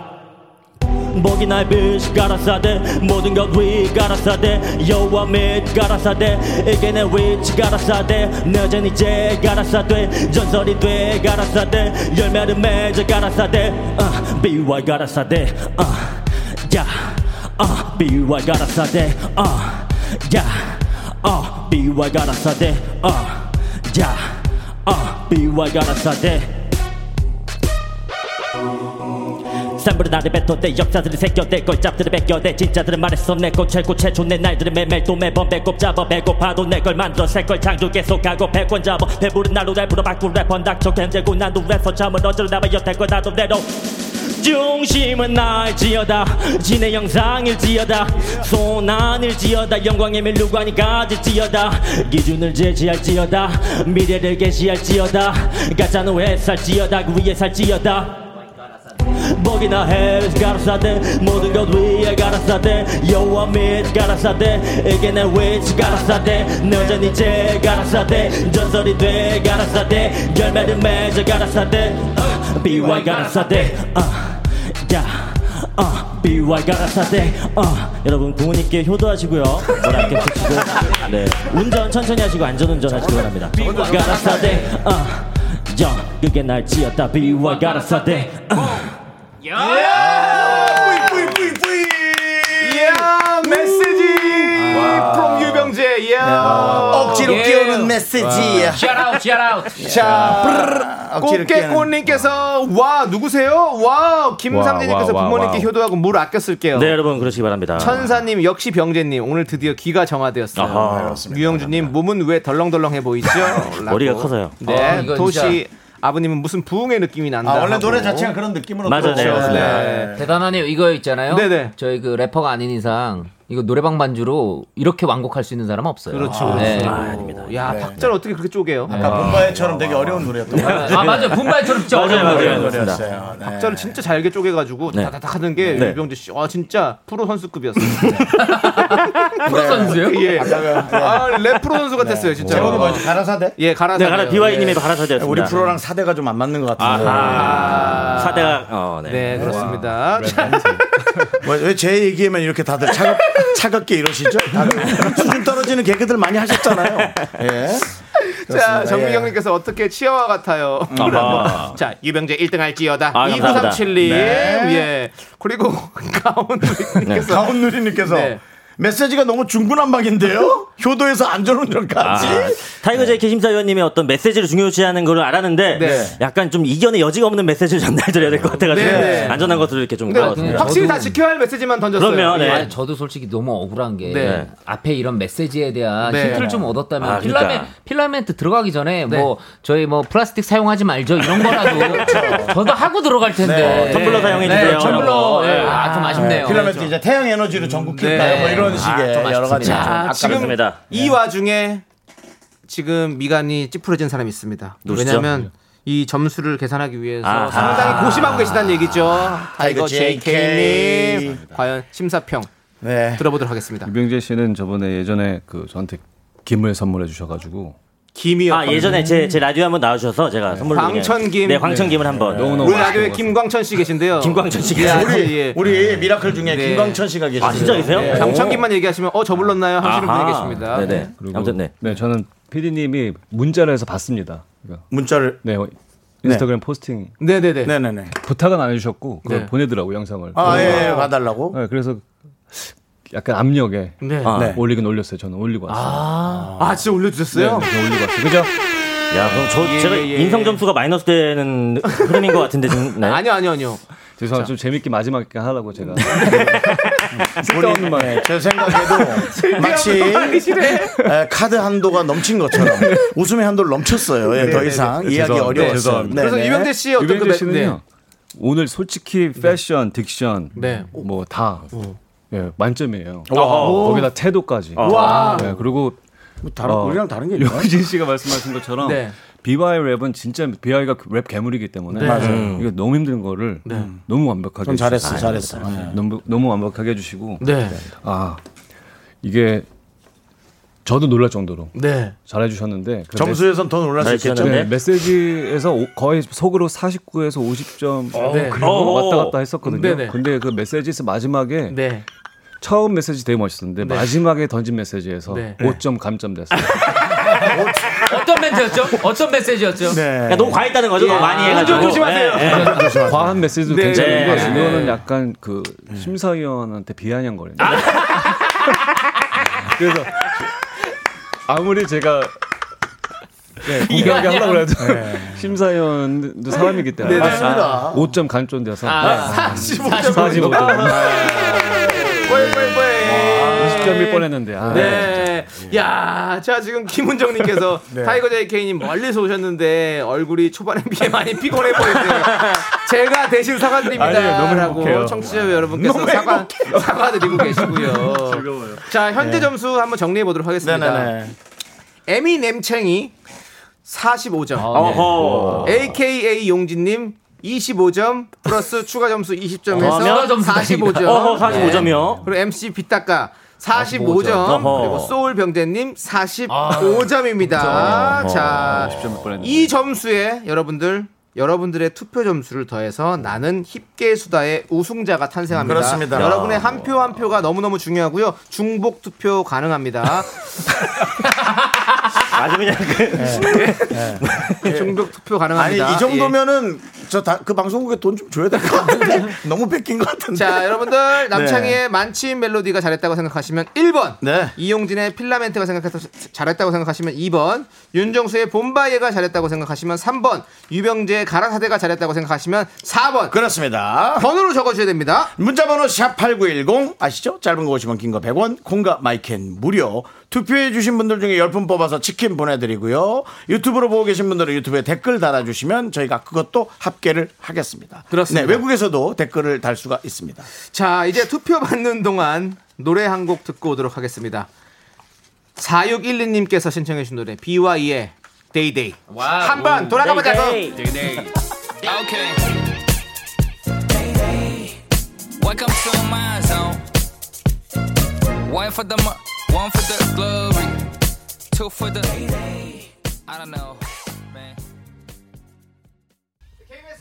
E: 목이 날 빛이 가라사대 모든 것위 가라사대 여와 및 가라사대 이게 내 위치 가라사대 늦은 이제 가라사대 전설이 돼 가라사대 열매를 맺어 가라사대 uh, BY 가라사대 uh, yeah, uh, BY 가라사대 uh, yeah, uh, BY 가라사대 uh, yeah, uh, BY 가라사대 쌈부를 나를 뱉어대 역사들이 새겨대 걸잡들을 뺏겨대 진짜들은 말했어 내 꽃을 꽃에 좋네 날들은 매일 또 매번 배꼽 잡아 배고파도 내 걸 만들어 새걸 창조 계속하고 백권 잡아 배부른 나로 날 불어바꾸 랩번 닥쳐 견제고 난 누워서 잠을 어쩌려면 여태껏 나도 대로 중심은 나일지어다 진의 영상일지어다 손안일지어다 영광의 밀루관이 가질지어다 기준을 제시할지어다 미래를 계시할지어다 가짜는 왜 살지어다 그 위에 살지어다 먹이나 해 가라사대 모든 것 위에 가라사대 여와 및 가라사대 이게 내 위치 가라사대 내 여전히 제 가라사대 전설이 돼 가라사대 열매를 맺어 가라사대 uh, BY 가라사대 어, uh, yeah. uh, BY 가라사대 uh. 여러분 부모님께 효도하시고요 물 아껴 쓰시고 네. 운전 천천히 하시고 안전운전 하시기 바랍니다 가라사대 uh. 야, 그게 날 지었다 비와 가라사대
A: 아,
J: 이야 메시지 프롬 유병재
M: 네,
J: 이야
M: 억지로 끼우는 예. 메시지.
J: 샤라웃 샤라웃 자
M: 브르르. 억지로 끼우는.
J: 꽃게꽃님께서 와 누구세요 와 김상진님께서
E: 와, 와,
J: 부모님께
E: 와.
J: 효도하고 물 아껴 쓸게요
E: 네 여러분 그러시기 바랍니다
J: 천사님 역시 병재님 오늘 드디어
E: 아하.
J: 귀가
E: 네,
J: 정화되었어요. 유영주님 몸은 왜 덜렁덜렁해 보이죠? 라고.
E: 머리가 커서요. 아,
J: 네
E: 이건
J: 도시
E: 진짜.
J: 아버님은 무슨 부흥의 느낌이 난다.
A: 아, 원래
J: 하고.
A: 노래 자체가 그런 느낌으로
J: 맞아요. 들어오죠. 네.
H: 네. 대단하네요. 이거 있잖아요.
J: 네네.
H: 저희 그 래퍼가 아닌 이상 이거 노래방 반주로 이렇게 완곡할 수 있는 사람 은 없어요. 네.
J: 그렇죠. 그렇죠. 아, 아닙니다. 야,
A: 네.
J: 박자를 어떻게 그렇게 쪼개요?
H: 아까 아. 분바에처럼 되게
A: 어려운 노래였던 것
H: 같아요. 아, 맞아요. 분바에처럼 진짜
J: 맞아요,
H: 어려운
A: 네,
J: 맞아요.
H: 노래였습니다.
J: 맞습니다. 박자를 진짜 잘게 쪼개가지고
H: 네.
J: 다다닥 하는 게
H: 네.
J: 유병재 씨, 아 진짜 프로 선수급이었어요.
B: 네.
H: 프로 선수요?
J: [LAUGHS] 예.
A: 아까 그-
J: 아랩 프로 선수 같았어요, 진짜.
A: 제목이 뭐지? 가라사대?
J: 예, 가라사대.
E: 네,
A: 우리 프로랑 사대가 좀 안 맞는 것 같은데.
J: 아하.
E: 사대가 어, 네.
J: 네, 그렇습니다.
A: [LAUGHS] 뭐, 왜제 얘기하면 이렇게 다들 차갑, 차갑게 이러시죠? 아, 다들 수준 떨어지는 개그들 많이 하셨잖아요. 예.
J: 자,
A: 그렇습니다. 예.
J: 정민경님께서 어떻게 치아와 같아요?
A: 아하.
J: [LAUGHS] 자, 유병재 1등 할지어다.
A: 아, 감사합니다.
J: 2937님.
A: 네.
J: 예. 그리고
A: 예.
J: 가온누리님께서.
A: 가온누리님께서
J: 네.
A: 메시지가 너무 중구난방인데요? 효도에서 안전운전까지?
E: 아, 타이거 제이키 심사위원님의 어떤 메시지를 중요시하는 걸 알았는데
A: 네.
E: 약간 좀 이견의 여지가 없는 메시지를 전달드려야 될 것 같아가지고
H: 네.
E: 안전한 것으로 이렇게 좀 아, 네.
H: 근데
E: 나왔습니다.
H: 확실히
J: 다 지켜야 할 메시지만 던졌어요.
E: 그럼요, 네.
H: 아니, 저도 솔직히 너무 억울한 게
E: 네.
H: 앞에 이런 메시지에 대한
E: 네.
H: 힌트를 좀 얻었다면
E: 아,
H: 필라멘,
E: 그러니까.
H: 필라멘트 들어가기 전에 뭐 저희 뭐 플라스틱 사용하지 말죠 이런 거라도 저도 하고 들어갈 텐데
A: 네. 텀블러 사용해 주세요.
H: 텀블러
A: 네.
H: 아좀 아쉽네요.
A: 필라멘트 이제 태양 에너지로
B: 네.
A: 전국킬까요? 뭐
B: 아,
A: 이런 식의 여러 가지
J: 네. 자, 지금
A: 네.
J: 이 와중에 지금 미간이 찌푸려진 사람이 있습니다.
A: 누구시죠?
J: 왜냐하면 이 점수를 계산하기 위해서
A: 아하.
J: 상당히 고심하고 계시다는 얘기죠.
A: 아이고,
J: 타이거 JK님 과연 심사평
A: 네.
J: 들어보도록 하겠습니다.
I: 유병재 씨는 저번에 예전에 그 저한테 김을 선물해 주셔가지고
J: 김이요.
E: 아 예전에 제, 제 라디오 한번 나와주셔서 제가 선물로
J: 광천김.
E: 네 광천김을 한번
J: 우리 라디오에 김광천
I: [LAUGHS]
J: 씨 계신데요.
E: 김광천 씨 계세요?
B: 예,
E: 우리-
I: 네.
A: 우리 미라클 중에 김광천 씨가 계시네요.
J: 아, 진짜 계세요?
A: 네.
J: 강천김만 얘기하시면 어 저 불렀나요 하시는 분이 계십니다.
I: 그리고 네. 저는 PD님이 문자를 해서 봤습니다. 그러니까
A: 문자를
I: 네. 인스타그램 포스팅.
J: 네네네.
A: 네네네.
I: 부탁은 안 해주셨고 그걸
A: 네.
I: 보내더라고 영상을.
A: 아,
I: 그래서-
A: 예, 예, 봐달라고?
I: 네, 그래서 약간 압력에
J: 네.
I: 아,
J: 네.
I: 올리긴 올렸어요. 저는 올리고 왔어요.
J: 아 진짜 올려주셨어요?
I: 네, 네, 올리고 왔어요. 그죠?
E: 야 그럼 저
J: 예,
E: 제가
J: 예, 예.
E: 인성 점수가 마이너스 되는 흐름인 것 같은데 지금 네.
J: [LAUGHS] 아니요 아니요 아니요.
I: 죄송합니다. 좀 재밌게 마지막에 하려고
J: [LAUGHS]
I: 제가. [LAUGHS]
A: 본인, 네,
I: [LAUGHS]
A: 제 생각에도 마치 에, 카드 한도가 넘친 것처럼 웃음의 한도를 넘쳤어요.
I: 네,
A: 예, 더 이상 이해하기 어려웠어요. 네, 네.
I: 유병재 그 씨는요. 오늘 솔직히 패션, 딕션,
B: 네.
I: 뭐 다 예, 만점이에요.
A: 와. 오.
I: 거기다 태도까지.
A: 와. 뭐
I: 예, 그리고
A: 다른- 우리랑 다른 게 있나요?
I: 유진 어. 씨가 말씀하신 것처럼
A: 네.
I: 비와이 랩은 진짜 비와이가 그 랩 괴물이기 때문에 음,
A: 네. 맞아요.
I: 이거 너무 힘든 거를
A: 네.
I: 너무 완벽하게
A: 그럼 잘했어,
I: 해주셨어요.
A: 잘했어.
I: 아,
A: 네.
I: 너무 너무 완벽하게 해주시고
B: 네.
I: 아 이게 저도 놀랄 정도로
B: 네.
I: 잘해주셨는데 그
A: 점수에선 더 놀랄 수 있겠죠?
I: 네, 메시지에서 오- 거의 속으로 49에서 50점
A: 어,
I: 네.
A: 그래요?
I: 왔다 갔다 했었거든요.
B: 네네.
I: 근데 그 메시지에서 마지막에
B: 네.
I: 처음 메시지 되게 멋있었는데
B: 네.
I: 마지막에 던진 메시지에서
B: 네.
I: 5점 감점 됐어요.
H: 어떤 멘트였죠? 어떤 메시지였죠?
I: 그러니까 너무 과했다는 거죠? 너무
B: 아,
I: 많이 해가지고. 네. [LAUGHS] 과한 메시지도
H: 네.
I: 괜찮은 거
H: 네.
I: 이거는
H: 네.
I: 약간 그
B: 네.
I: 심사위원한테 비아냥거리는. [LAUGHS] 그래서 아무리 제가 네, 공격이
B: 비아냥.
I: 하려고 해도
B: 네.
I: 심사위원도 사람이기 때문에
B: 네, 맞습니다.
I: 아, 5점 간점돼서 네.
B: 아, 45점. 아,
I: 45점.
B: 뭐해, 뭐해, 뭐해.
I: 20점일 뻔했는데. 아.
B: 네. 야, 자, 지금 김은정님께서
A: [LAUGHS]
I: 네.
B: 타이거 JK님 멀리서 오셨는데 얼굴이 초반에 비해 많이 피곤해 보이세요. 제가 대신 사과드립니다.
I: 아니에요, 너무
B: 라고
I: 행복해요.
B: 청취자 여러분께서
I: 너무
B: 사과, 사과드리고 어, 계시고요.
I: 즐거워요.
B: 자, 현재
I: 네.
B: 점수 한번 정리해 보도록 하겠습니다.
I: 네네네.
B: 에미 냄챙이 45점.
E: 아, 어허.
B: AKA 용진님 25점 플러스 추가 점수 20점에서
E: 아, 추가 점수
B: 45점. 네.
E: 어허, 45 점이요.
B: 그리고 MC 비타까 45점.
E: 45점. 어허. 아,
B: 그리고 소울 병재님 45점입니다.
I: 어허.
B: 자,
I: 10점일 뻔했네.
B: 이 점수에 여러분들 여러분들의 투표 점수를 더해서 나는 힙계 수다의 우승자가 탄생합니다.
A: 그렇습니다.
B: 여러분의 한 표 한 표가 너무너무 중요하고요. 중복 투표
A: [LAUGHS]
B: 가능합니다.
E: 아주 그냥 그 [LAUGHS]
B: 중복 투표
A: 아니
B: 가능합니다.
A: 이
B: 예.
A: 정도면은 저 그 방송국에 돈 좀 줘야 될 것 같은데 너무 뺏긴 것 같은데.
B: 자, 여러분들 남창희의
A: 네.
B: 만취인 멜로디가 잘했다고 생각하시면 1번.
A: 네.
B: 이용진의 필라멘트가 생각해서 잘했다고 생각하시면 2번. 윤정수의 봄바예가 잘했다고 생각하시면 3번. 유병재의 가라사대가 잘했다고 생각하시면 4번.
A: 그렇습니다.
B: 번호로 적어 주셔야 됩니다.
A: 문자번호 샵 #8910 아시죠? 짧은 거 50원, 긴 거 100원, 콩과 마이캔 무료. 투표해주신 분들 중에 10분 뽑아서 치킨 보내드리고요. 유튜브로 보고 계신 분들은 유튜브에 댓글 달아주시면 저희가 그것도 합계를 하겠습니다.
B: 그렇습니다.
A: 네, 외국에서도 댓글을 달 수가 있습니다.
B: 자, 이제 투표 받는 동안 노래 한 곡 듣고 오도록 하겠습니다. 4612님께서 신청해 주신 노래 BY의 데이데이. 한번 돌아가 보자고.
N: Okay. Welcome to my zone. One for the mo- one for the glory, two for the. I don't know, man.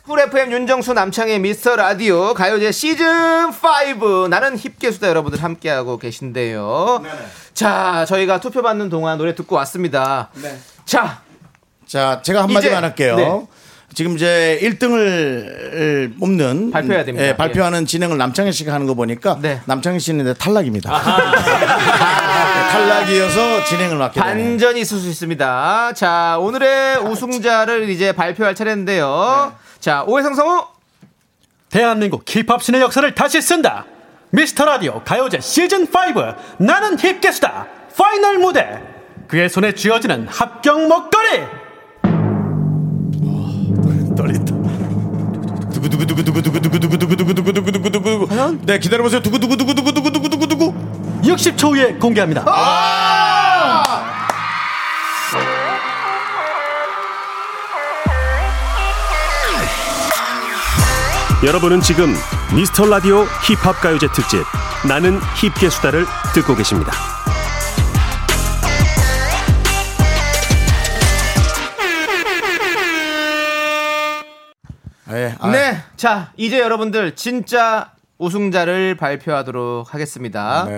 B: 쿨 FM 윤정수 남창의 미스터 라디오 가요제 시즌 5 나는 힙계수다 여러분들 함께하고 계신데요. 자 저희가 투표 받는 동안 노래 듣고 왔습니다. 자,
A: 네. 자, 아, 제가 한마디만
B: 이제,
A: 할게요.
B: 네.
A: 지금 이제 1등을 뽑는
B: 발표해야 됩니다. 네.
A: 예, 발표하는 진행을 남창희 씨가 하는 거 보니까 남창희 씨는 이제 탈락입니다. 네, [LAUGHS] 탈락이어서 진행을 맡게 되네요.
B: 반전이 있을 수 있습니다. 자 오늘의 우승자를 이제 발표할 차례인데요. 자 오해성 성우
K: 대한민국 힙합 신의 역사를 다시 쓴다. 미스터 라디오 가요제 시즌 5 나는 힙게스다 파이널 무대 그의 손에 쥐어지는 합격 먹거리
A: 떨린다. 두구두구두구두구두구두구두구두구두구두구두구두구. 네 기다려보세요. 두구두구두구두구두구두구두구.
K: 60초 후에 공개합니다.
A: 아!
P: 여러분은 지금 미스터 라디오 힙합 가요제 특집 나는 힙계 수다를 듣고 계십니다.
B: 네. 자, 이제 여러분들 진짜 우승자를 발표하도록 하겠습니다.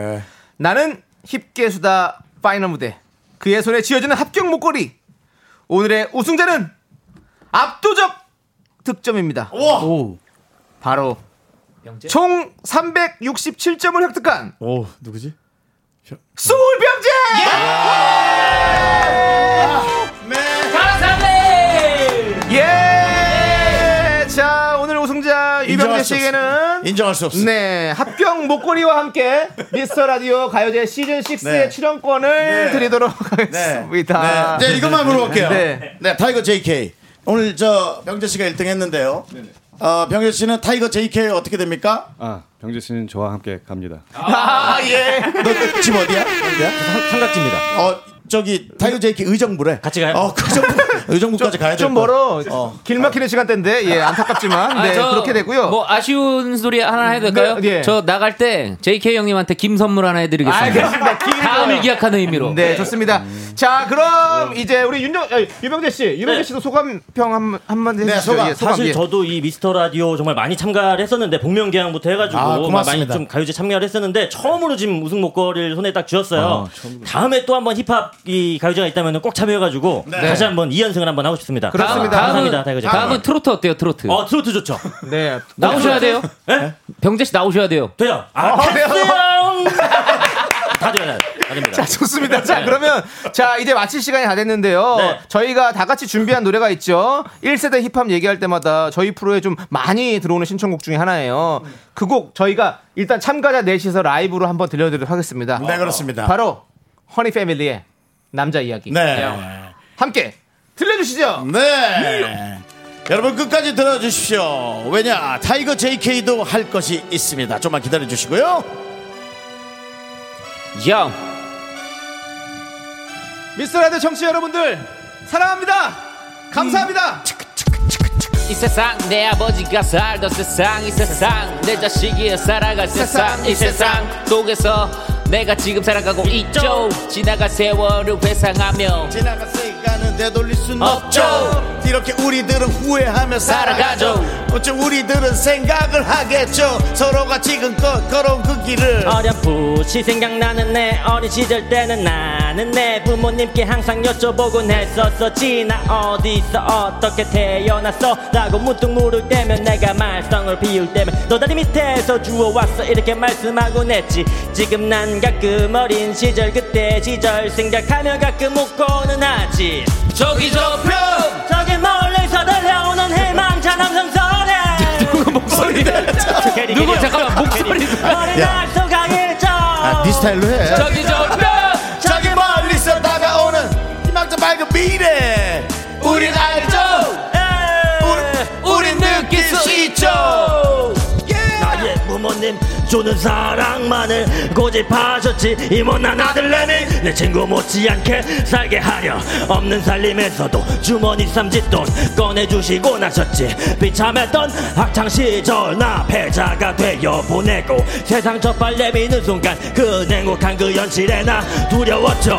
B: 나는 힙계수다 파이널 무대. 그의 손에 쥐어지는 합격 목걸이. 오늘의 우승자는 압도적 득점입니다. 오. 바로 총 367점을 획득한
A: 오 누구지?
B: 소울병재! 네. 예! 자, 오늘 우승자 이병재
A: 인정할 수
B: 씨에게는
A: 인정할 수 없어요.
B: 네, 합격 목걸이와 함께 미스터 라디오 가요제 시즌 6의
A: 네.
B: 출연권을 드리도록 하겠습니다.
A: 네, 이것만 물어볼게요.
B: 네.
A: 네. 타이거 JK. 오늘 저 병재 씨가 1등 했는데요. 어, 병재 씨는 타이거 JK 어떻게 됩니까?
I: 아 병재 씨는 저와 함께 갑니다.
A: 아, 예. 너 집 어디야? 어디야? 삼각지입니다. 어, 저기 타이거 JK 의정부래. 같이 가요? 어, 그 정부, 의정부까지 가야 될
B: 좀
A: 것 같아.
B: 멀어. 길 막히는 시간대인데, 예, 안타깝지만. 네,
H: 아, 저
B: 그렇게 되고요.
H: 뭐 아쉬운 소리 하나 해드릴까요?
B: 네, 예.
H: 저 나갈 때 JK 형님한테 김 선물 하나 해드리겠습니다.
B: 알겠습니다. 김
H: 다음을 기약하는 의미로.
B: 네, 좋습니다.
A: 음.
B: 자, 그럼 이제 우리 윤정, 아니, 유병재 씨, 유병재
A: 네.
B: 씨도 소감평 한, 한마디 해주세요. 예, 소감,
E: 사실
B: 예.
E: 저도 이 미스터 라디오 정말 많이 참가를 했었는데 복면계양부터 해가지고
B: 아,
E: 많이
B: 고맙습니다.
E: 좀 가요제 참여를 했었는데 처음으로 지금 우승 목걸이를 손에 딱
B: 아,
E: 쥐었어요. 다음에 또 한번 힙합 이 가요제가 있다면 꼭 참여해가지고
H: 네.
E: 다시 한번 2연승을 한번 하고 싶습니다.
H: 그렇습니다.
E: 감사합니다.
H: 다음은-
E: 타이거제.
H: 다음은 트로트 어때요? 트로트.
E: 어 트로트 좋죠.
B: 네
H: [LAUGHS] 나오셔야 돼요.
E: 네?
H: 병재 씨 나오셔야 돼요.
E: 돼요. 아, [LAUGHS] 다 돼요. 아닙니다.
B: 자, 좋습니다. 자,
E: 네.
B: 그러면 자, 이제 마칠 시간이 다 됐는데요.
E: 네.
B: 저희가 다 같이 준비한 노래가 있죠. 1세대 힙합 얘기할 때마다 저희 프로에 좀 많이 들어오는 신청곡 중에 하나예요. 그 곡 저희가 일단 참가자 넷이서 라이브로 한번 들려드리도록 하겠습니다.
A: 네, 그렇습니다.
B: 바로 허니 패밀리의 남자 이야기.
A: 네.
B: 함께 들려주시죠.
A: 네. 여러분 끝까지 들어주십시오. 왜냐, 타이거 JK도 할 것이 있습니다. 좀만 기다려주시고요.
H: 영.
B: 미스터라드 청취 자 여러분들 사랑합니다. 감사합니다.
H: 이 세상 내 아버지가 살던 세상 이 세상 내 자식이 살아갈 세상 이 세상 속에서 내가 지금 살아가고 있죠 지나간 세월을 회상하며
A: 지나간 시간은 되돌릴 순 없죠.
H: 없죠.
A: 이렇게 우리들은 후회하며 살아가죠. 어쩜 우리들은 생각을 하겠죠. 서로가 지금껏 걸어온 그 길을.
E: 어렴풋이 생각나는 내 어린 시절 때는 나는 내 부모님께 항상 여쭤보곤 했었었지 나 어디서 어떻게 태어났어 라고 문득 물을 때면 내가 말썽을 피울 때면 너다리 밑에서 주워왔어 이렇게 말씀하곤 했지 지금 난 가끔 어린 시절 그때 시절 생각하며 가끔 웃고는 하지
H: 저기 저편
E: 저기 멀리서 들려오는 해망찬 함성소리 누구
H: 목소리 누구 잠깐만 목소리
A: 야, 아, 네 스타일로 해.
H: 저기 저편
A: 저기 멀리서 다가오는 희망자 밝은 미래. 우린 알죠.
H: 예. 우린 느낄
A: 수
H: 있죠.
E: 나의 부모님 주는 사랑만을 고집하셨지 이모난 아들내미 내 친구 못지않게 살게 하려 없는 살림에서도 주머니 쌈짓돈 꺼내주시곤 하셨지 비참했던 학창시절 나 패자가 되어 보내고 세상 첫발 내미는 순간 그 냉혹한 그 현실에 나 두려웠죠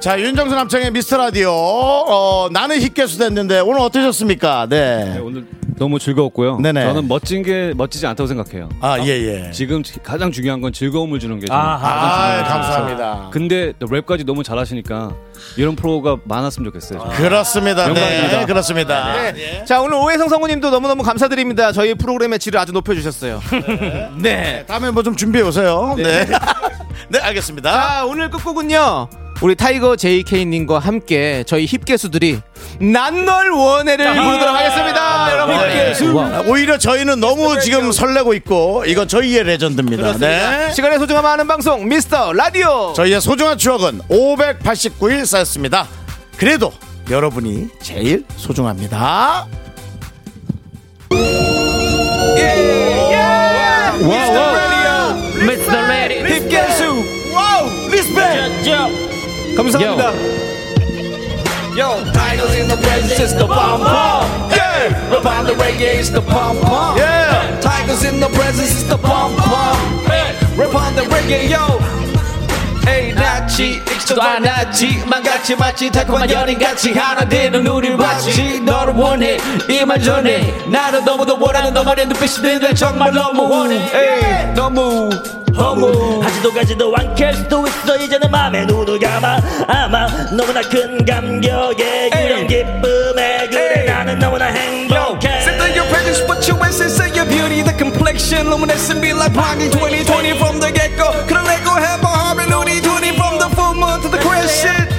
A: 자, 윤정수 남창의 미스터 라디오. 어, 나는 힙계수 됐는데 오늘 어떠셨습니까? 네.
I: 오늘 너무 즐거웠고요.
A: 네네.
I: 저는 멋진 게 멋지지 않다고 생각해요.
A: 아, 예, 예.
I: 지금 지- 가장 중요한 건 즐거움을 주는 게. 저는
A: 아하.
I: 가장 중요한
A: 아이,
I: 것 같아요.
A: 감사합니다.
I: 근데 또 랩까지 너무 잘하시니까 이런 프로가 많았으면 좋겠어요. 저는.
A: 그렇습니다.
I: 영광입니다.
A: 네, 그렇습니다.
B: 네. 자, 오늘 오해성 성우님도 너무너무 감사드립니다. 저희 프로그램의 질을 아주 높여주셨어요. 네.
A: 다음에 뭐 좀 준비해 오세요. 네. 네, 알겠습니다.
B: 자, 오늘 끝곡은요. 우리 타이거 JK님과 함께 저희 힙계수들이 난 널 원해를 부르도록
A: 네.
B: 하겠습니다. 여러분.
A: 아, 오히려 저희는 너무 지금 설레고 있고 이건 저희의 레전드입니다. 네.
B: 시간의 소중함 아는 방송 미스터 라디오.
A: 저희의 소중한 추억은 589일 쌓였습니다. 그래도 여러분이 제일 소중합니다.
H: 미스터 라디오
B: 힙계수.
A: 와우. 리스펙.
B: 감사합니다.
L: Yo, tigers in the presence is the bomb bomb. Yeah, about the reggae is the bomb bomb. Yeah, tigers in the presence is the bomb bomb. Hey, rap on the reggae, yo. 에이 낫지 익지도 않았지 망같이 마치 달콤한 연인같이 하나 되는 우릴 봤지 너를 원해 이 말 전에 나를 너무도 원하는 너만의 눈빛이 되는 정말 너무 원해 에이 너무
E: 허무 하지도 가지도 않게 수도 있어 이제는 맘에 눈을 감아 아마 너무나 큰 감격에 이런 기쁨에 그래 나는 너무나 행복해
L: Sit on your presence, but your essence and your beauty, the complexion luminescent be like blinding 2020 from the get go. Could I let go have a harmony from the full moon to the crescent?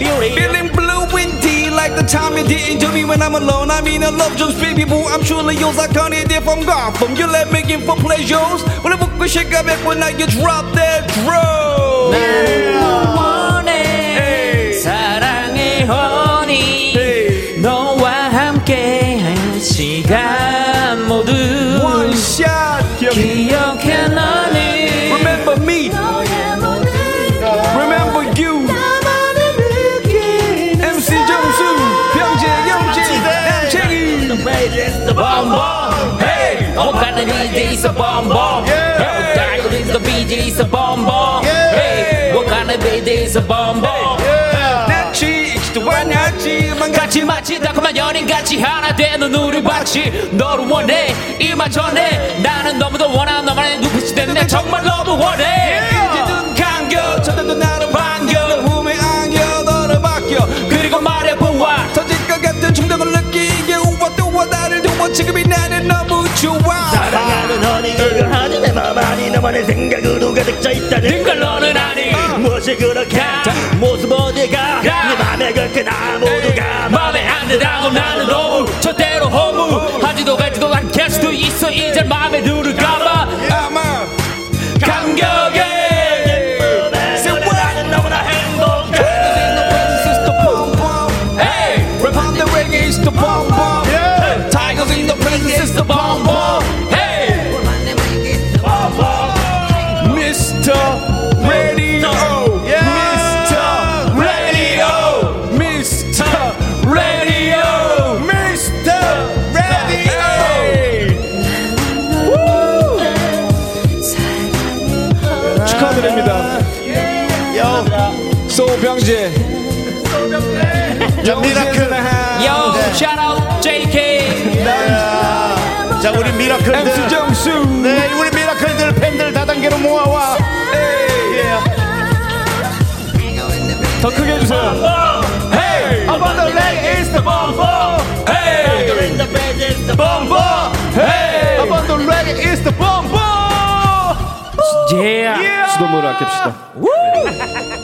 L: Feeling blue indeed, like the time you didn't do me when I'm alone. I mean, I love just baby boo. I'm truly yours. I can't hear it from God. From you, let me give for pleasures. When I book a shake up when I get drop that drone.
H: 원해 사랑의 허니 너와 함께한 시간 모두 기억해 너는
L: Remember me Remember you MC 정수 병재 영재 남창희
E: The
L: bomb Hey
H: 어 가는 이제 있어 범범 다이어리 있어 비지 있어 범범 뭐 가는 베이지 있어 범범
L: 지 익지도 않았지
H: 같이 마치 달콤한 연인같이 하나 되는 우리 같이 너를 원해 이만 전에 나는 너무도 원하는 너만의 눈빛이 됐네 정말 너무 원해
L: 이제는 간격 저들도 나를 반겨 내 품에 안겨 너를 맡겨 그리고 말해보아 터질 것 같은 충동을 느끼게 우와 또와 나를 도와 지금이 나는 너무 좋아
E: 사랑하는 허니 그걸 하지 내맘 아니 너만의 생각으로 가득 차 있다는 걸 너는 아니 무엇이 그렇게 모습 어디가 네그 내 맘에 걸큰 아무도가
H: 맘에 안 든다고 나는 너무 저대로 허무 하지도 갈지도 않게 수도 있어 이제 맘에 누를 감아
L: 아마
H: 감격에
L: Say what?
E: 너무나 행복해
L: This is the bomb bomb. Hey, rap on the reggae is the bomb bomb. Yeah, Tigers in the presence is the bomb bomb. Hey, Mr. Radio. Mr. Radio. Mr. Radio. Mr. Radio. Woo! 축하드립니다. 소병재.
J: 자, 미라클.
H: Yo, shout out JK
J: 자, 우리 미라클들.
L: MC 정수.
J: 네, 우리 미라클들 팬들 다단계로 모아와.
L: 네.
J: 예.
L: 더 크게 해주세요. Hey, up on the leg is the bomb bomb. Hey, in the bed is the bomb bomb. Hey, up on the leg is the bomb bomb.
I: Yeah.
Q: 수돗물을 아낍시다.
L: Woo!